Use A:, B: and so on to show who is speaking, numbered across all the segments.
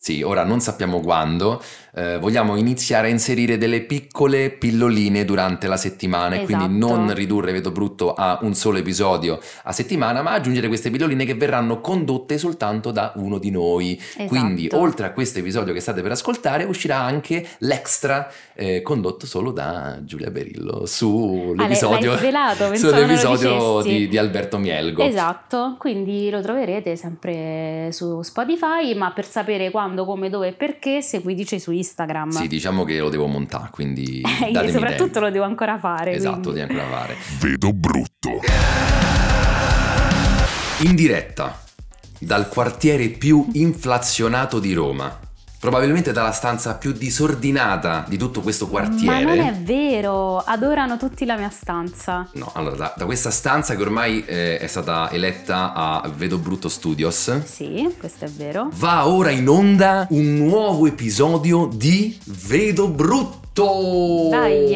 A: Sì, ora non sappiamo quando, eh, vogliamo iniziare a inserire delle piccole pilloline durante la settimana e
B: Esatto.
A: quindi non ridurre Veto Brutto a un solo episodio a settimana, ma aggiungere queste pilloline che verranno condotte soltanto da uno di noi. Quindi,
B: Esatto.
A: oltre a questo episodio che state per ascoltare, uscirà anche l'extra eh, condotto solo da Giulia Berillo sull'episodio,
B: Ah, l'hai svelato, pensavo non lo
A: sull'episodio
B: dicessi.
A: di, di Alberto Mielgo.
B: Esatto, quindi lo troverete sempre su Spotify, ma per sapere quando, come, dove e perché seguiteci su Instagram.
A: Sì, diciamo che lo devo montare, quindi
B: Eh, io
A: datemi
B: soprattutto
A: tempo.
B: lo devo ancora fare.
A: Esatto,
B: quindi.
A: devi ancora fare.
C: vedo brutto.
A: In diretta dal quartiere più inflazionato di Roma, probabilmente dalla stanza più disordinata di tutto questo quartiere.
B: Ma non è vero, adorano tutti la mia stanza.
A: No, allora da, da questa stanza che ormai eh, è stata eletta a Vedo Brutto Studios,
B: Sì, questo è vero.
A: va ora in onda un nuovo episodio di Vedo Brutto.
B: Dai, eh,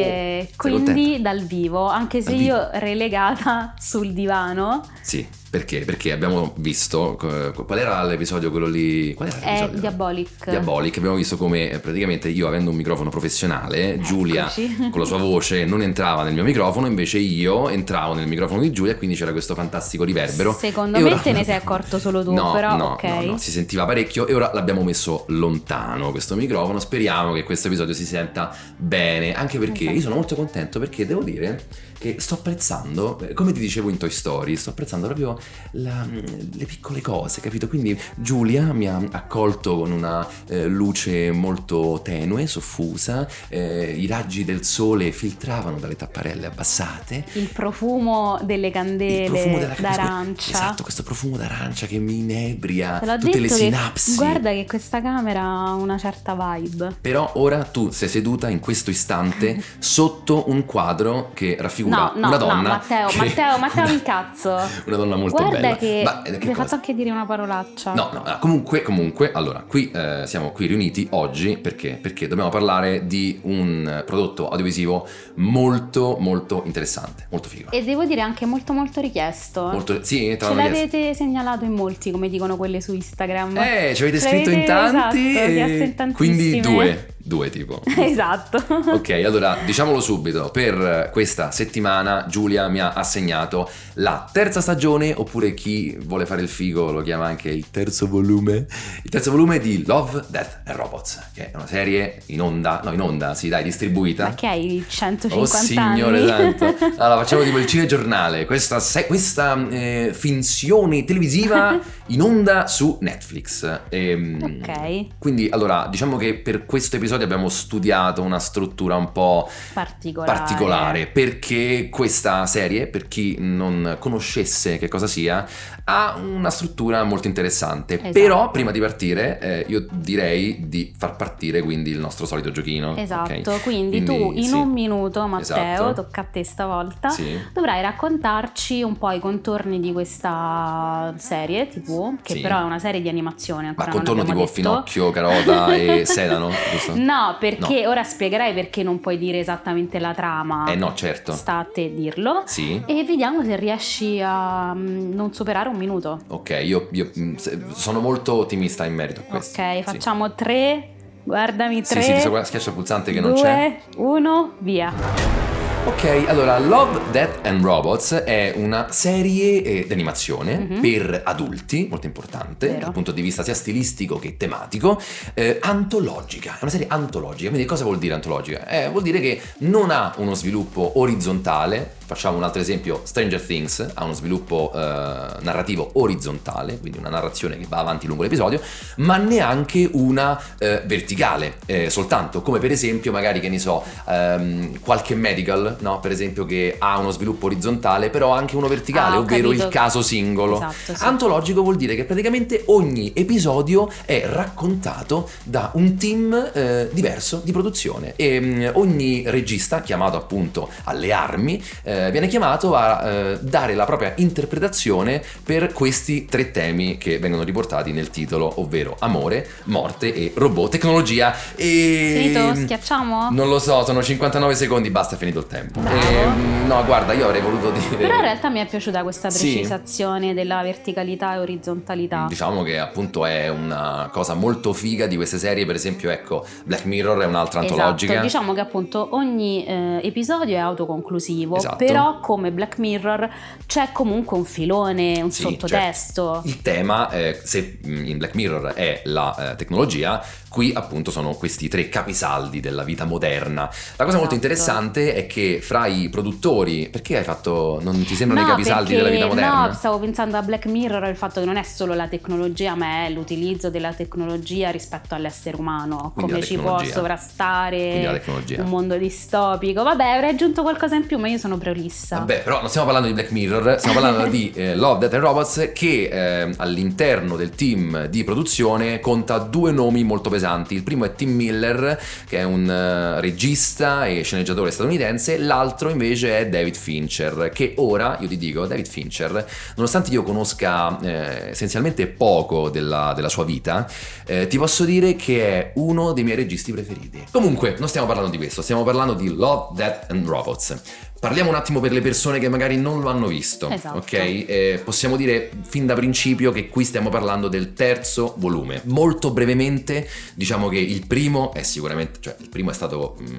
A: Sei contenta?
B: quindi dal vivo, anche se
A: Dal vivo.
B: io relegata sul divano,
A: Sì, perché? Perché abbiamo visto eh, qual era l'episodio quello lì? Qual era
B: è
A: l'episodio?
B: Eh, Diabolic.
A: Diabolic, abbiamo visto come eh, praticamente io avendo un microfono professionale, Giulia
B: Eh, Eccoci.
A: con la sua voce non entrava nel mio microfono, invece io entravo nel microfono di Giulia e quindi c'era questo fantastico riverbero.
B: Secondo
A: E
B: me
A: ora-
B: te ne sei accorto solo tu,
A: No,
B: però
A: no,
B: ok.
A: no, no, si sentiva parecchio e ora l'abbiamo messo lontano questo microfono. Speriamo che questo episodio si senta bene, anche perché
B: Esatto.
A: io sono molto contento perché devo dire che sto apprezzando, eh, come ti dicevo in Toy Story, sto apprezzando proprio la- mm, le piccole cose, capito? Quindi Giulia mi ha accolto con una eh, luce molto tenue, soffusa, eh, i raggi del sole filtravano dalle tapparelle abbassate
B: Il profumo delle candele
A: il profumo della
B: d'arancia.
A: Esatto, questo profumo d'arancia che mi inebria
B: Te l'ho
A: tutte le
B: detto che-
A: sinapsi.
B: guarda che questa camera ha una certa vibe.
A: Però ora tu sei seduta in questo istante sotto un quadro che raffigura
B: No, no,
A: una
B: no,
A: donna.
B: Matteo,
A: che-
B: Matteo, Matteo, mi cazzo.
A: Una donna molto
B: Guarda
A: bella.
B: che,
A: Ma, eh,
B: mi
A: che
B: hai
A: cosa?
B: fatto anche dire una parolaccia.
A: No, no, ah, comunque, comunque, allora, qui eh, siamo qui riuniti oggi perché? Perché dobbiamo parlare di un eh, prodotto audiovisivo molto, molto interessante, molto figo.
B: E devo dire anche molto molto richiesto.
A: Molto, sì, tra
B: Ce
A: l'altro-
B: l'avete segnalato in molti, come dicono quelle su Instagram.
A: Eh, ci avete
B: Ce
A: scritto in
B: l'avete-
A: tanti.
B: esatto,
A: e-
B: vi ha sen- tantissime.
A: quindi due, due tipo.
B: Esatto.
A: Ok, allora diciamolo subito, per questa settimana Giulia mi ha assegnato la terza stagione, oppure chi vuole fare il figo lo chiama anche il terzo volume, il terzo volume di Love, Death and Robots, che è una serie in onda, no in onda, sì dai, distribuita.
B: Ma che hai 150
A: Oh signore Ah,
B: anni?
A: santo, allora facciamo tipo il cinegiornale, questa, se- questa eh, finzione televisiva in onda su Netflix. Ehm,
B: Ok,
A: Quindi allora diciamo che per questo episodio abbiamo studiato una struttura un po'
B: particolare.
A: particolare perché questa serie, per chi non conoscesse che cosa sia, ha una struttura molto interessante.
B: Esatto.
A: Però prima di partire eh, io direi di far partire quindi il nostro solito giochino.
B: Esatto,
A: ok?
B: quindi, tu in
A: sì.
B: un minuto, Matteo, eh,
A: Esatto.
B: tocca a te stavolta,
A: Sì.
B: dovrai raccontarci un po' i contorni di questa serie TV, che
A: Sì.
B: però è una serie di animazione ancora.
A: Ma
B: non
A: contorno tipo
B: abbiamo detto.
A: finocchio, carota e sedano, giusto?
B: No, perché ora spiegherai perché non puoi dire esattamente la trama.
A: Eh no, certo.
B: Sta a te dirlo.
A: Sì.
B: E vediamo se riesci a mm, non superare un minuto.
A: Ok, io, io, mm, se- sono molto ottimista in merito a questo.
B: Ok,
A: Sì.
B: facciamo tre. Guardami
A: Sì,
B: tre.
A: sì, ti so- guarda, schiaccia il pulsante che non
B: due,
A: c'è.
B: uno, via.
A: Ok, allora Love, Death and Robots è una serie eh, d'animazione
B: Mhm.
A: per adulti, molto importante
B: Vero.
A: dal punto di vista sia stilistico che tematico, eh, antologica, è una serie antologica, quindi cosa vuol dire antologica? Eh, vuol dire che non ha uno sviluppo orizzontale, Facciamo un altro esempio, Stranger Things ha uno sviluppo eh, narrativo orizzontale, quindi una narrazione che va avanti lungo l'episodio, ma neanche una eh, verticale, eh, soltanto come per esempio magari che ne so, ehm, qualche medical, no? per esempio che ha uno sviluppo orizzontale, però anche uno verticale,
B: Ah, ho
A: ovvero
B: capito.
A: il caso singolo.
B: Esatto, sì.
A: Antologico vuol dire che praticamente ogni episodio è raccontato da un team eh, diverso di produzione e mm, ogni regista, chiamato appunto alle armi, eh, viene chiamato a eh, dare la propria interpretazione per questi tre temi che vengono riportati nel titolo, ovvero amore, morte e robot, tecnologia e... mm,
B: Finito? Schiacciamo?
A: Non lo so, sono 59 secondi, basta, è finito il tempo. E, mm, no, guarda, io avrei voluto dire...
B: Però in realtà mi è piaciuta questa
A: Sì.
B: precisazione della verticalità e orizzontalità.
A: Diciamo che appunto è una cosa molto figa di queste serie, per esempio, ecco, Black Mirror è un'altra antologica.
B: Esatto, diciamo che appunto ogni eh, episodio è autoconclusivo,
A: Esatto.
B: però come Black Mirror c'è comunque un filone, un
A: Sì,
B: sottotesto.
A: Il tema, eh, se mh, in Black Mirror è la eh, tecnologia, qui appunto sono questi tre capisaldi della vita moderna. La cosa molto
B: Esatto.
A: interessante è che fra i produttori, perché hai fatto, non ti sembrano
B: No,
A: i capisaldi
B: perché-
A: della vita moderna?
B: No, stavo pensando a Black Mirror, il fatto che non è solo la tecnologia, ma è l'utilizzo della tecnologia rispetto all'essere umano,
A: Quindi
B: come
A: la
B: ci può
A: tecnologia. Quindi la
B: sovrastare
A: tecnologia.
B: un mondo distopico. Vabbè, avrei aggiunto qualcosa in più, ma io sono prolissa.
A: Vabbè, però non stiamo parlando di Black Mirror, stiamo parlando di eh, Love, Death and Robots che eh, all'interno del team di produzione conta due nomi molto pesanti. Il primo è Tim Miller, che è un eh, regista e sceneggiatore statunitense, l'altro invece è David Fincher, che ora, io ti dico, David Fincher, nonostante io conosca eh, essenzialmente poco della, della sua vita, eh, ti posso dire che è uno dei miei registi preferiti. Comunque, non stiamo parlando di questo, stiamo parlando di Love, Death and Robots. Parliamo un attimo per le persone che magari non lo hanno visto,
B: Esatto.
A: ok? Eh, possiamo dire fin da principio che qui stiamo parlando del terzo volume. Molto brevemente, diciamo che il primo è sicuramente, cioè il primo è stato mm,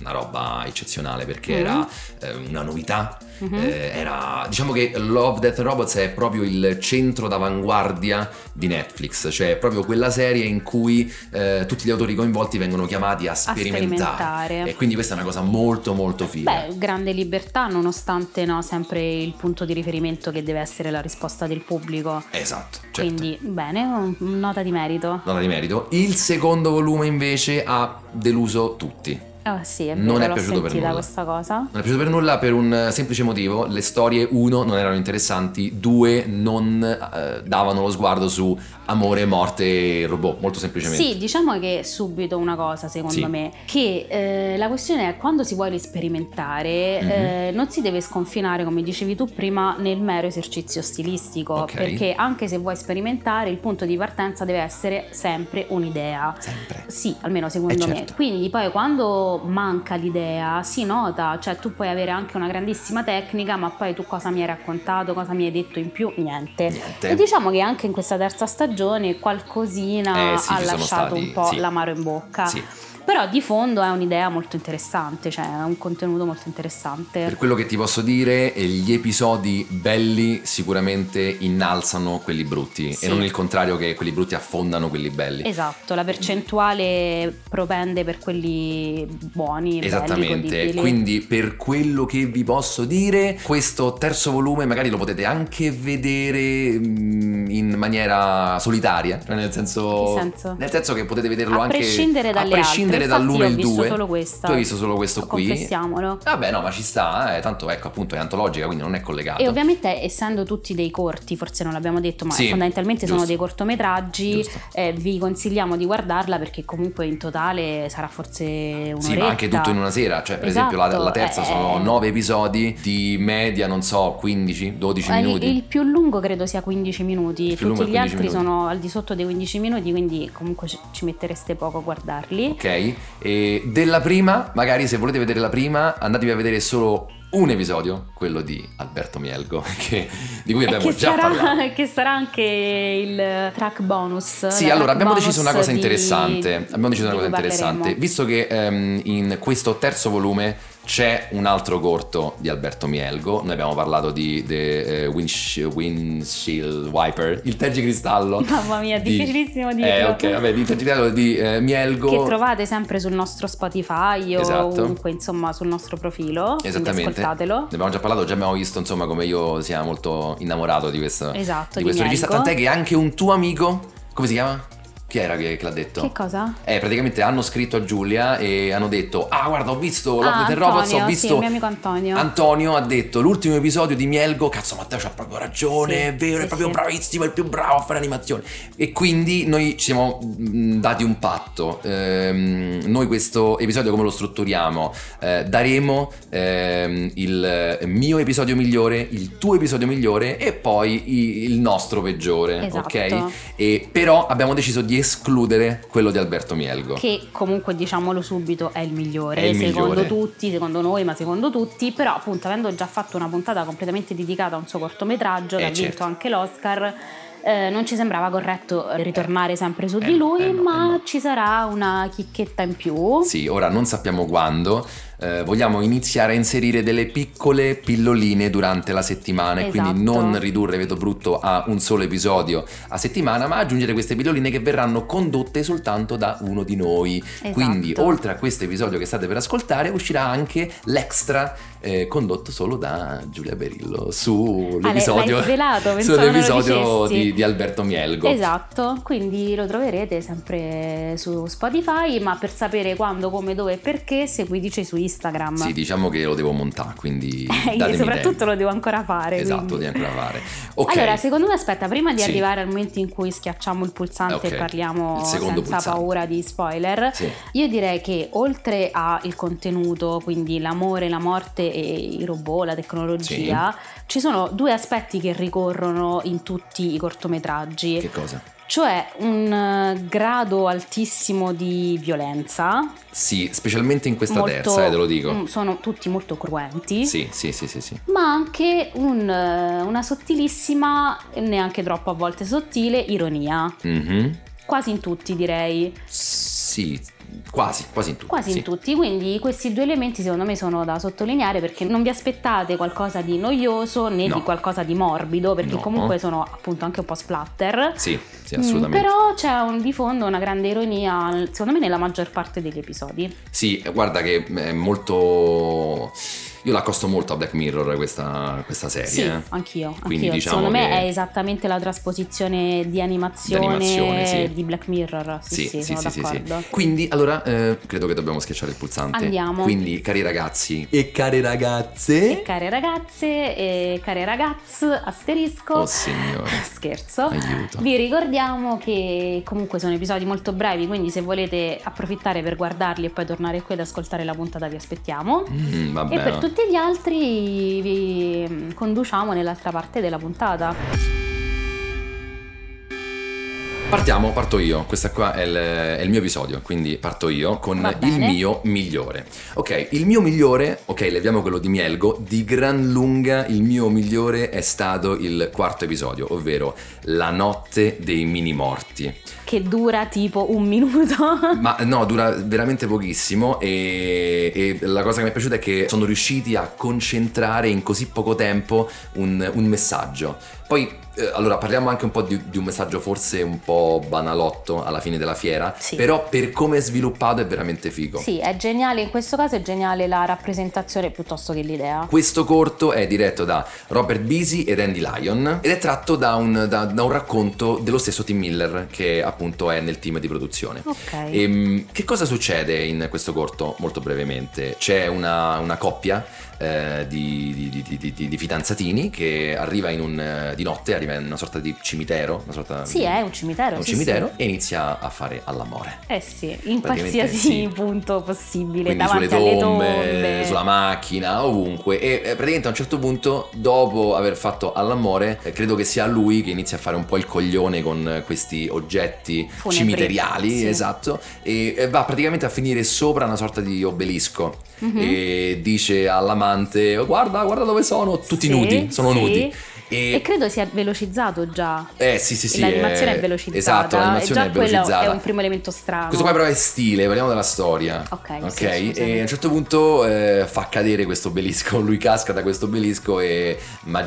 A: una roba eccezionale perché
B: Mm.
A: era eh, una novità,
B: Mhm.
A: eh, era, diciamo che Love, Death and Robots è proprio il centro d'avanguardia di Netflix, cioè è proprio quella serie in cui eh, tutti gli autori coinvolti vengono chiamati a
B: a
A: sperimentare.
B: sperimentare.
A: E quindi questa è una cosa molto molto figa.
B: Beh, grande libertà, nonostante no, sempre il punto di riferimento che deve essere la risposta del pubblico.
A: Esatto, certo.
B: Quindi, bene, un- nota di merito.
A: Nota di merito. Il secondo volume invece ha deluso tutti.
B: Ah, sì, è vero,
A: Non è
B: l'ho
A: piaciuto per
B: sentita
A: nulla.
B: questa cosa.
A: Non è piaciuto per nulla per un eh, semplice motivo, le storie uno non erano interessanti, due non eh, davano lo sguardo su amore, morte e robot, molto semplicemente.
B: Sì, diciamo che subito una cosa, secondo
A: Sì.
B: me, che eh, la questione è quando si vuole sperimentare,
A: Mhm.
B: eh, non si deve sconfinare, come dicevi tu prima, nel mero esercizio stilistico,
A: Ok.
B: perché anche se vuoi sperimentare, il punto di partenza deve essere sempre un'idea.
A: Sempre.
B: Sì, almeno secondo
A: Eh, certo.
B: me. Quindi poi quando manca l'idea si nota, cioè tu puoi avere anche una grandissima tecnica, ma poi tu cosa mi hai raccontato, cosa mi hai detto in più? Niente.
A: Niente.
B: E diciamo che anche in questa terza stagione qualcosina
A: Eh, sì,
B: ha
A: ci sono
B: lasciato
A: stati,
B: un po'
A: sì.
B: l'amaro in bocca.
A: Sì.
B: Però di fondo è un'idea molto interessante, cioè è un contenuto molto
A: Per
B: interessante.
A: quello che ti posso dire, eh, gli episodi belli sicuramente innalzano quelli brutti
B: Sì.
A: e non il contrario che quelli brutti affondano quelli belli.
B: Esatto, la percentuale propende per quelli buoni, belli,
A: Esattamente,
B: godibili.
A: quindi per quello che vi posso dire, questo terzo volume magari lo potete anche vedere mm, in maniera solitaria, cioè nel senso,
B: Che senso?
A: nel senso che potete vederlo
B: a
A: anche
B: prescindere dalle
A: a prescindere
B: altre.
A: dall'uno e
B: Infatti
A: il
B: io ho visto
A: 2.
B: solo questa.
A: Tu hai visto solo questo qui?
B: Confessiamolo.
A: Vabbè, no, ma ci sta, eh, tanto ecco, appunto è antologica, quindi non è collegato.
B: E ovviamente essendo tutti dei corti, forse non l'abbiamo detto, ma
A: Sì,
B: fondamentalmente sono
A: giusto.
B: dei cortometraggi,
A: Giusto.
B: eh, vi consigliamo di guardarla perché comunque in totale sarà forse un'oretta.
A: Sì, ma anche tutto in una sera, cioè per esempio la,
B: Esatto,
A: la terza
B: eh.
A: sono 9 episodi di media, non so, 15, 12
B: Eh,
A: minuti.
B: Il, il più lungo credo sia 15 minuti,
A: Il più lungo
B: tutti
A: è
B: gli
A: 15
B: altri
A: minuti.
B: sono al di sotto dei 15 minuti, quindi comunque ci, ci mettereste poco a guardarli.
A: Ok? E della prima, magari se volete vedere la prima, andatevi a vedere solo un episodio, quello di Alberto Mielgo, che- di cui
B: E
A: abbiamo
B: che
A: già parlato.
B: sarà, che sarà anche il eh, track bonus.
A: Sì,
B: la
A: allora
B: track
A: abbiamo deciso
B: bonus
A: una cosa
B: di-
A: interessante. Abbiamo deciso una
B: di
A: cosa
B: cui parleremo.
A: interessante, visto che ehm, in questo terzo volume C'è un altro corto di Alberto Mielgo, noi abbiamo parlato di The eh, Windshield- Windshield Wiper, il tergicristallo.
B: Mamma mia, difficilissimo dirlo.
A: Eh, ok, vabbè, il tergicristallo di eh, Mielgo.
B: Che trovate sempre sul nostro Spotify o
A: Esatto.
B: comunque insomma sul nostro profilo. Quindi
A: Esattamente. Ne
B: Ascoltatelo.
A: abbiamo già parlato, già abbiamo visto insomma come io sia molto innamorato di questo,
B: Esatto,
A: di
B: di
A: questo regista.
B: Mielgo.
A: Tant'è che anche un tuo amico, come si chiama? Chi era che, che l'ha detto?
B: Che cosa?
A: Eh, praticamente hanno scritto a Giulia e hanno detto: Ah, guarda, ho visto Love
B: Ah,
A: Death and Robots, ho
B: Antonio,
A: visto.
B: sì, il mio amico Antonio.
A: Antonio ha detto: L'ultimo episodio di Mielgo, cazzo, Matteo c'ha proprio ragione,
B: Sì,
A: è vero, è
B: sì,
A: proprio
B: sì.
A: bravissimo, è il più bravo a fare animazione. E quindi noi ci siamo mh, dati un patto. Ehm, noi questo episodio come lo strutturiamo? Eh, daremo ehm, il mio episodio migliore, il tuo episodio migliore e poi i- il nostro peggiore,
B: Esatto.
A: ok? E però abbiamo deciso di escludere quello di Alberto Mielgo.
B: Che comunque diciamolo subito è il migliore,
A: Certo. È il
B: secondo
A: migliore.
B: tutti, secondo noi, ma secondo tutti, però appunto avendo già fatto una puntata completamente dedicata a un suo cortometraggio, che
A: Eh,
B: ha vinto
A: certo.
B: anche l'Oscar, eh, non ci sembrava corretto eh, ritornare sempre su
A: Eh
B: di
A: no,
B: lui,
A: eh no, eh
B: ma
A: no.
B: ci sarà una chicchetta in più.
A: Sì, ora non sappiamo quando. eh, vogliamo iniziare a inserire delle piccole pilloline durante la settimana e quindi
B: Esatto.
A: non ridurre Veto Brutto a un solo episodio a settimana, ma aggiungere queste pilloline che verranno condotte soltanto da uno di noi.
B: Esatto.
A: Quindi, oltre a questo episodio che state per ascoltare, uscirà anche l'extra eh, condotto solo da Giulia Berillo sull'episodio,
B: Ah, l'hai svelato, pensavo non lo
A: sull'episodio
B: dicessi.
A: di, di Alberto Mielgo.
B: Esatto, quindi lo troverete sempre su Spotify, ma per sapere quando, come, dove e perché seguiteci su Instagram.
A: Sì, diciamo che lo devo montare, quindi
B: Io
A: datemi
B: soprattutto
A: tempo.
B: lo devo ancora fare.
A: Esatto,
B: quindi.
A: di ancora fare. Ok.
B: Allora, secondo me, aspetta, prima di
A: Sì.
B: arrivare al momento in cui schiacciamo il pulsante
A: Ok,
B: e
A: il
B: parliamo senza
A: secondo pulsante.
B: paura di spoiler,
A: Sì.
B: io direi che oltre al contenuto, quindi l'amore, la morte e i robot, la tecnologia, ci sono due aspetti che ricorrono in tutti i cortometraggi
A: Che cosa?
B: cioè un eh, grado altissimo di violenza.
A: Sì, specialmente in questa
B: molto-
A: terza, eh, te lo dico.
B: mm, Sono tutti molto cruenti.
A: Sì, sì, sì, sì, sì.
B: Ma anche un, eh, una sottilissima, neanche troppo a volte sottile, ironia.
A: Mhm.
B: Quasi in tutti, direi.
A: Sì, quasi, quasi in tutti.
B: Quasi
A: sì.
B: in tutti. Quindi questi due elementi, secondo me, sono da sottolineare perché non vi aspettate qualcosa di noioso né
A: No.
B: di qualcosa di morbido, perché
A: No.
B: comunque sono appunto anche un po' splatter.
A: Sì, sì,
B: Mm,
A: assolutamente.
B: Però c'è un- di fondo una grande ironia, secondo me, nella maggior parte degli episodi.
A: Sì, guarda che è molto... Io l'accosto molto a Black Mirror questa, questa serie.
B: Sì,
A: eh.
B: anch'io.
A: Quindi
B: anch'io.
A: diciamo
B: secondo me
A: che-
B: è esattamente la trasposizione di animazione,
A: Di animazione, sì.
B: di Black Mirror. Sì, sì, sono d'accordo.
A: Quindi allora eh, credo che dobbiamo schiacciare il pulsante.
B: Andiamo.
A: Quindi, cari ragazzi Oh, e care ragazze.
B: E care ragazze e care ragazze, asterisco.
A: Oh signore.
B: Scherzo.
A: Aiuto.
B: Vi ricordiamo che comunque sono episodi molto brevi, quindi se volete approfittare per guardarli e poi tornare qui ad ascoltare la puntata vi aspettiamo.
A: Mm, vabbè.
B: E per tutti gli altri vi mm, conduciamo nell'altra parte della puntata.
A: Partiamo, parto io. Questo qua è il, è il mio episodio, quindi parto io con
B: Va
A: il
B: bene.
A: mio migliore. Ok, il mio migliore, ok, leviamo quello di Mielgo, di gran lunga il mio migliore è stato il quarto episodio, ovvero La notte dei mini morti.
B: Che dura tipo un minuto.
A: Ma no, dura veramente pochissimo e, e la cosa che mi è piaciuta è che sono riusciti a concentrare in così poco tempo un, un messaggio. Poi, eh, allora, parliamo anche un po' di, di un messaggio forse un po' banalotto alla fine della fiera,
B: Sì.
A: però per come è sviluppato è veramente figo.
B: Sì, è geniale, in questo caso è geniale la rappresentazione piuttosto che l'idea.
A: Questo corto è diretto da Robert Beasy ed Andy Lyon ed è tratto da un, da- da un racconto dello stesso Tim Miller che appunto è nel team di produzione.
B: Ok.
A: Ehm, che cosa succede in questo corto? Molto brevemente, c'è una, una coppia eh, di, di- di- di- di- di fidanzatini che arriva in un, eh, di notte, arriva in una sorta di cimitero, una sorta
B: Sì, è un cimitero.
A: è un
B: sì,
A: cimitero e inizia a fare all'amore.
B: sì. Eh sì, in
A: Praticamente
B: qualsiasi
A: sì.
B: punto possibile,
A: Quindi sulle
B: davanti alle tombe.
A: tombe, sulla macchina, ovunque. E eh, praticamente a un certo punto, dopo aver fatto all'amore, eh, credo che sia lui che inizia a fare un po' il coglione con eh, questi oggetti
B: Funebri,
A: cimiteriali,
B: sì.
A: esatto, e eh, va praticamente a finire sopra una sorta di obelisco
B: Mhm.
A: e dice all'amante "Oh, guarda, guarda dove sono, tutti
B: Sì,
A: nudi, sono
B: sì.
A: nudi. E-
B: E credo sia velocizzato già.
A: Eh sì sì sì.
B: l'animazione è,
A: eh,
B: velocizzata.
A: Esatto, l'animazione
B: e già
A: è
B: quello
A: velocizzata.
B: è un primo elemento strano.
A: Questo qua però è stile, parliamo della storia.
B: Ok,
A: Ok,
B: sì, scusami.
A: e a un certo punto eh, fa cadere questo obelisco, lui casca da questo obelisco e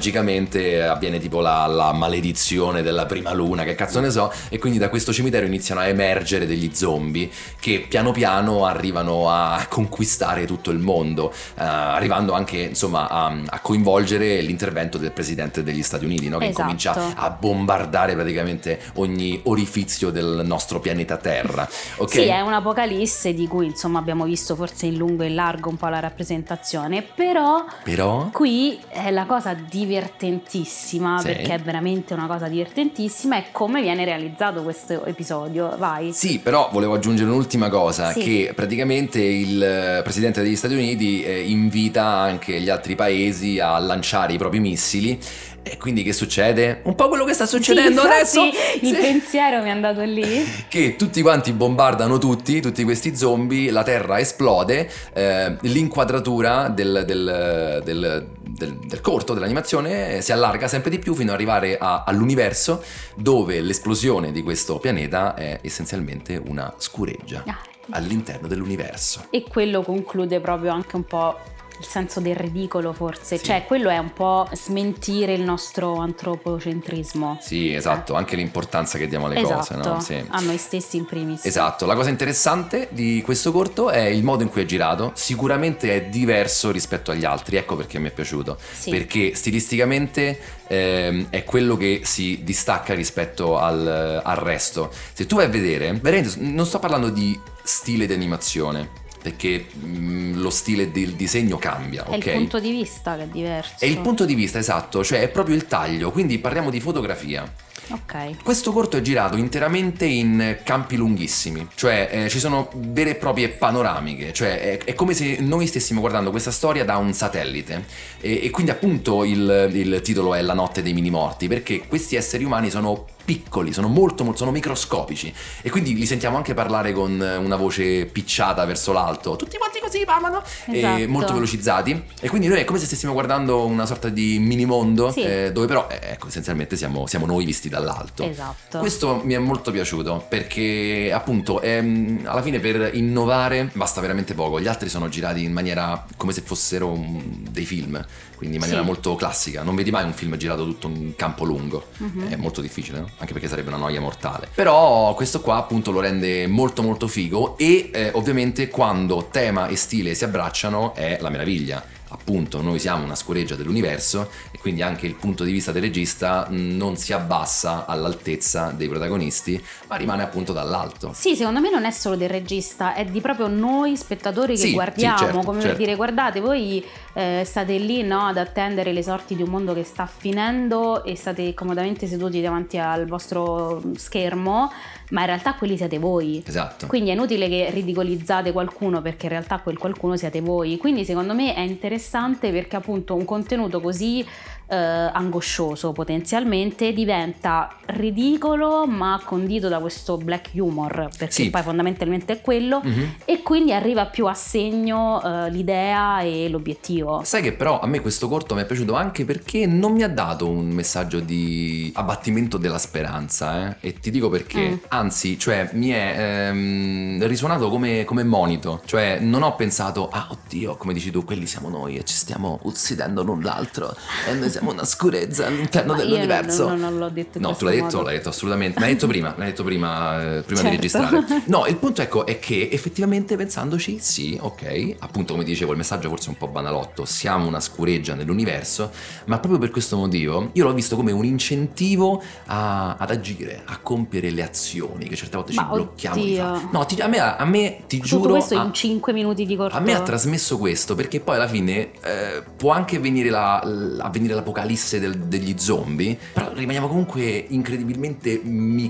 A: magicamente avviene tipo la, la maledizione della prima luna, che cazzo ne so, e quindi da questo cimitero iniziano a emergere degli zombie che piano piano arrivano a conquistare tutto il mondo, eh, arrivando anche insomma a, a coinvolgere l'intervento del presidente degli Stati Uniti, no? che
B: Esatto.
A: comincia a bombardare praticamente ogni orifizio del nostro pianeta Terra. Ok?
B: Sì, è un'apocalisse di cui insomma abbiamo visto forse in lungo e in largo un po' la rappresentazione, però
A: Però...
B: qui è la cosa divertentissima,
A: Sì.
B: perché è veramente una cosa divertentissima, è come viene realizzato questo episodio. Vai.
A: Sì, però volevo aggiungere un'ultima cosa,
B: Sì.
A: che praticamente il eh, presidente degli Stati Uniti eh, invita anche gli altri paesi a lanciare i propri missili e quindi che succede? Un po' quello che sta succedendo
B: Sì,
A: adesso,
B: infatti Il
A: Sì.
B: pensiero mi è andato lì.
A: che tutti quanti bombardano tutti, tutti questi zombie, la terra esplode, eh, l'inquadratura del, del- del- del- del corto, dell'animazione, eh, si allarga sempre di più fino ad arrivare a- all'universo dove l'esplosione di questo pianeta è essenzialmente una scureggia
B: Ah.
A: all'interno dell'universo.
B: E quello conclude proprio anche un po' il senso del ridicolo, forse. Cioè, quello è un po' smentire il nostro antropocentrismo.
A: Sì, esatto, anche l'importanza che diamo alle cose,
B: esatto,
A: no? Sì.
B: a noi stessi in primis.
A: Esatto, la cosa interessante di questo corto è il modo in cui è girato, sicuramente è diverso rispetto agli altri, ecco perché mi è piaciuto,
B: Sì.
A: perché stilisticamente ehm, è quello che si distacca rispetto al, al resto. Se tu vai a vedere, veramente non sto parlando di stile di animazione, perché mm, lo stile del disegno cambia,
B: È
A: ok?
B: il punto di vista che è diverso.
A: È il punto di vista esatto, cioè è proprio il taglio, quindi parliamo di fotografia.
B: Ok.
A: Questo corto è girato interamente in campi lunghissimi, cioè eh, ci sono vere e proprie panoramiche, cioè è, è come se noi stessimo guardando questa storia da un satellite e, e quindi appunto il, il titolo è La notte dei mini morti, perché questi esseri umani sono piccoli, sono molto, molto sono microscopici e quindi li sentiamo anche parlare con eh, una voce picciata verso l'alto, tutti quanti così parlano, e
B: Esatto.
A: molto velocizzati e quindi noi è come se stessimo guardando una sorta di mini mondo
B: Sì.
A: eh, dove però eh, ecco, essenzialmente siamo, siamo noi visti dall'alto.
B: Esatto.
A: Questo mi è molto piaciuto perché appunto ehm, alla fine per innovare basta veramente poco, gli altri sono girati in maniera come se fossero mm, dei film, quindi in maniera
B: Sì.
A: molto classica, non vedi mai un film girato tutto in campo lungo,
B: Mhm.
A: è molto difficile, no? anche perché sarebbe una noia mortale. Però questo qua appunto lo rende molto molto figo e eh, ovviamente quando tema e stile si abbracciano è la meraviglia. Appunto, noi siamo una scureggia dell'universo e quindi anche il punto di vista del regista mh, non si abbassa all'altezza dei protagonisti, ma rimane appunto dall'alto.
B: Sì, secondo me non è solo del regista, è di proprio noi spettatori che
A: Sì, sì,
B: guardiamo,
A: certo,
B: come per
A: certo.
B: dire guardate voi eh, state lì no, ad attendere le sorti di un mondo che sta finendo e state comodamente seduti davanti al vostro schermo, ma in realtà quelli siete voi.
A: Esatto.
B: Quindi è inutile che ridicolizzate qualcuno perché in realtà quel qualcuno siete voi. Quindi secondo me è interessante perché appunto un contenuto così eh, angoscioso potenzialmente diventa ridicolo ma condito da questo black humor perché
A: Sì.
B: poi fondamentalmente è quello
A: Mhm.
B: e quindi arriva più a segno eh, l'idea e l'obiettivo.
A: Sai che però a me questo corto mi è piaciuto anche perché non mi ha dato un messaggio di abbattimento della speranza, eh? e ti dico perché,
B: Mm.
A: anzi, cioè mi è ehm, risuonato come, come monito, cioè non ho pensato, ah oddio, come dici tu, quelli siamo noi e ci stiamo uccidendo l'un l'altro e noi siamo una scurezza all'interno
B: Ma io
A: dell'universo.
B: non- non- non l'ho detto in
A: No, tu
B: questo
A: l'hai detto,
B: modo.
A: l'hai detto assolutamente, ma l'hai detto prima, l'hai detto prima, eh, prima di
B: Certo.
A: registrare. No, il punto ecco è che effettivamente pensandoci, sì, ok, appunto come dicevo il messaggio forse è un po' banalotto, siamo una scureggia nell'universo, ma proprio per questo motivo io l'ho visto come un incentivo a- ad agire, a compiere le azioni che certe volte ci
B: Ma
A: blocchiamo di
B: oddio.
A: fare. No, ti- a, me, a me ti
B: Tutto
A: giuro...
B: questo
A: a-
B: in 5 minuti di corto.
A: a me ha trasmesso questo perché poi alla fine eh, può anche venire, la- la- avvenire l'apocalisse del- degli zombie, però rimaniamo comunque incredibilmente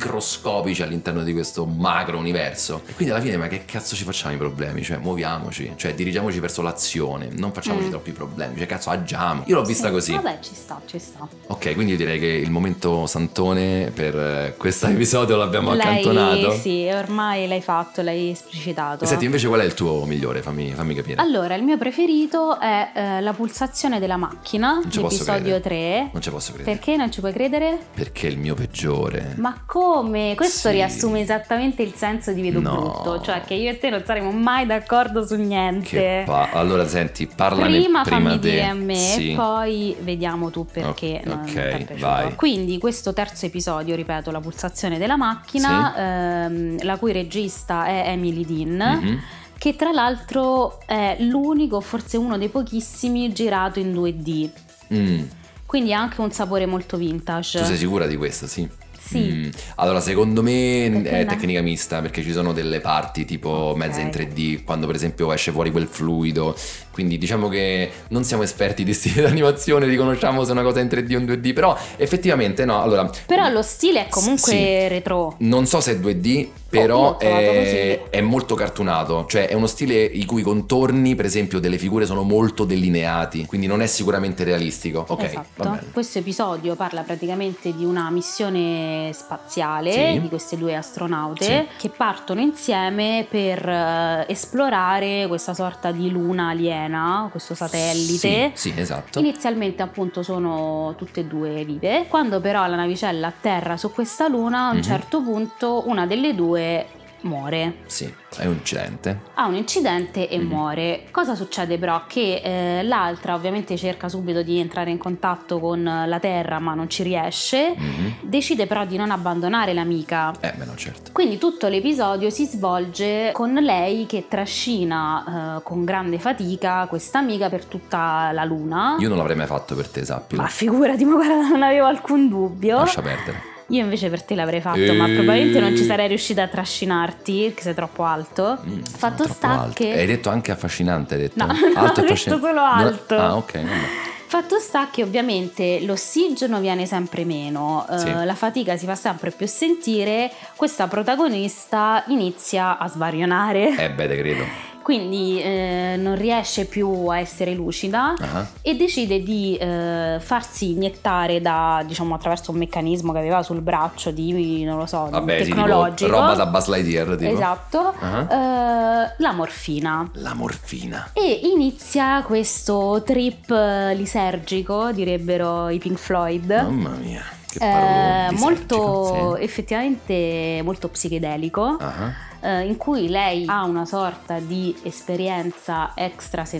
A: microscopici all'interno di questo macro universo. E quindi alla fine ma che cazzo ci facciamo i problemi? Cioè muoviamoci, cioè dirigiamoci verso l'azione, non facciamoci troppi problemi, cioè cazzo agiamo. Io l'ho vista
B: Mm. Sì,
A: così.
B: Vabbè, ci sta, ci sta.
A: Ok, quindi direi che il momento santone per eh, questo episodio l'abbiamo
B: Lei,
A: accantonato.
B: sì, ormai l'hai fatto, l'hai esplicitato.
A: Senti, invece qual è il tuo migliore? Fammi, fammi capire.
B: ecco. Allora, il mio preferito è eh, la pulsazione della macchina,
A: ci posso
B: l'episodio
A: credere.
B: 3.
A: Non ci posso credere.
B: Perché non ci puoi credere?
A: Perché il mio peggiore.
B: Ma come? Questo
A: Sì.
B: riassume esattamente il senso di Vedo
A: No.
B: Brutto, cioè che io e te non saremo mai d'accordo su niente.
A: Che pa- allora, senti, parlane
B: prima,
A: prima,
B: fammi
A: te.
B: dire a me,
A: Sì.
B: poi vediamo tu perché.
A: Ok,
B: non ti è piaciuto.
A: vai.
B: Quindi, questo terzo episodio, ripeto, la pulsazione della macchina, ehm, la cui regista è Emily Dean.
A: Mhm.
B: Che tra l'altro è l'unico, forse uno dei pochissimi, girato in 2D.
A: Mm.
B: Quindi ha anche un sapore molto vintage.
A: Tu sei sicura di questo, sì?
B: Sì.
A: Mm. Allora, secondo me
B: Perché
A: è
B: no?
A: tecnica mista perché ci sono delle parti tipo
B: Ok.
A: mezza in 3D quando per esempio esce fuori quel fluido. Quindi diciamo che non siamo esperti di stile d'animazione, riconosciamo se una cosa è in 3D o in 2D, però effettivamente no. Allora,
B: Però lo stile è comunque
A: Mm. Sì.
B: retro.
A: Non so se è 2D, però
B: Oh, io ho trovato
A: è,
B: così.
A: è molto cartunato, cioè è uno stile i cui contorni, per esempio, delle figure sono molto delineati, quindi non è sicuramente realistico. Ok, va
B: esatto.
A: bene.
B: Questo episodio parla praticamente di una missione spaziale
A: Sì.
B: di queste due astronaute che partono insieme per eh, esplorare questa sorta di luna aliena, questo satellite.
A: Sì, sì, esatto.
B: Inizialmente appunto sono tutte e due vive, quando però la navicella atterra su questa luna, a un
A: Mhm.
B: certo punto una delle due muore
A: Sì, è un incidente.
B: ha un incidente e
A: Mhm.
B: muore. Cosa succede però? Che eh, l'altra ovviamente cerca subito di entrare in contatto con eh, la Terra ma non ci riesce,
A: Mhm.
B: decide però di non abbandonare l'amica.
A: Eh, beh, no, certo.
B: Quindi tutto l'episodio si svolge con lei che trascina eh, con grande fatica questa amica per tutta la luna.
A: Io non l'avrei mai fatto per te, sappilo.
B: Ma figurati, ma guarda, non avevo alcun dubbio.
A: Lascia perdere.
B: Io invece per te l'avrei fatto,
A: Eh.
B: ma probabilmente non ci sarei riuscita a trascinarti, perché sei troppo alto.
A: Mm,
B: Fatto
A: sono troppo
B: sta
A: alto.
B: che...
A: Hai detto anche affascinante, hai detto.
B: No, no,
A: alto
B: ho
A: e
B: detto
A: affascinante.
B: solo
A: Non-
B: alto.
A: Ah, ok, vabbè.
B: Fatto sta che ovviamente l'ossigeno viene sempre meno, eh,
A: Sì.
B: la fatica si fa sempre più sentire, questa protagonista inizia a svarionare,
A: Eh, beh, te credo.
B: quindi eh, non riesce più a essere lucida
A: Ah,
B: e decide di eh, farsi iniettare da, diciamo, attraverso un meccanismo che aveva sul braccio di, non lo so,
A: Vabbè, sì, tipo,
B: tecnologico.
A: roba da Buzz Lightyear, tipo.
B: Esatto,
A: Ah.
B: eh, la morfina.
A: La morfina.
B: E inizia questo trip eh, lisergico, direbbero i Pink Floyd.
A: Mamma mia, che
B: Eh,
A: parolone disergico,
B: molto
A: sì.
B: effettivamente molto psichedelico
A: Ah,
B: eh, in cui lei ha una sorta di esperienza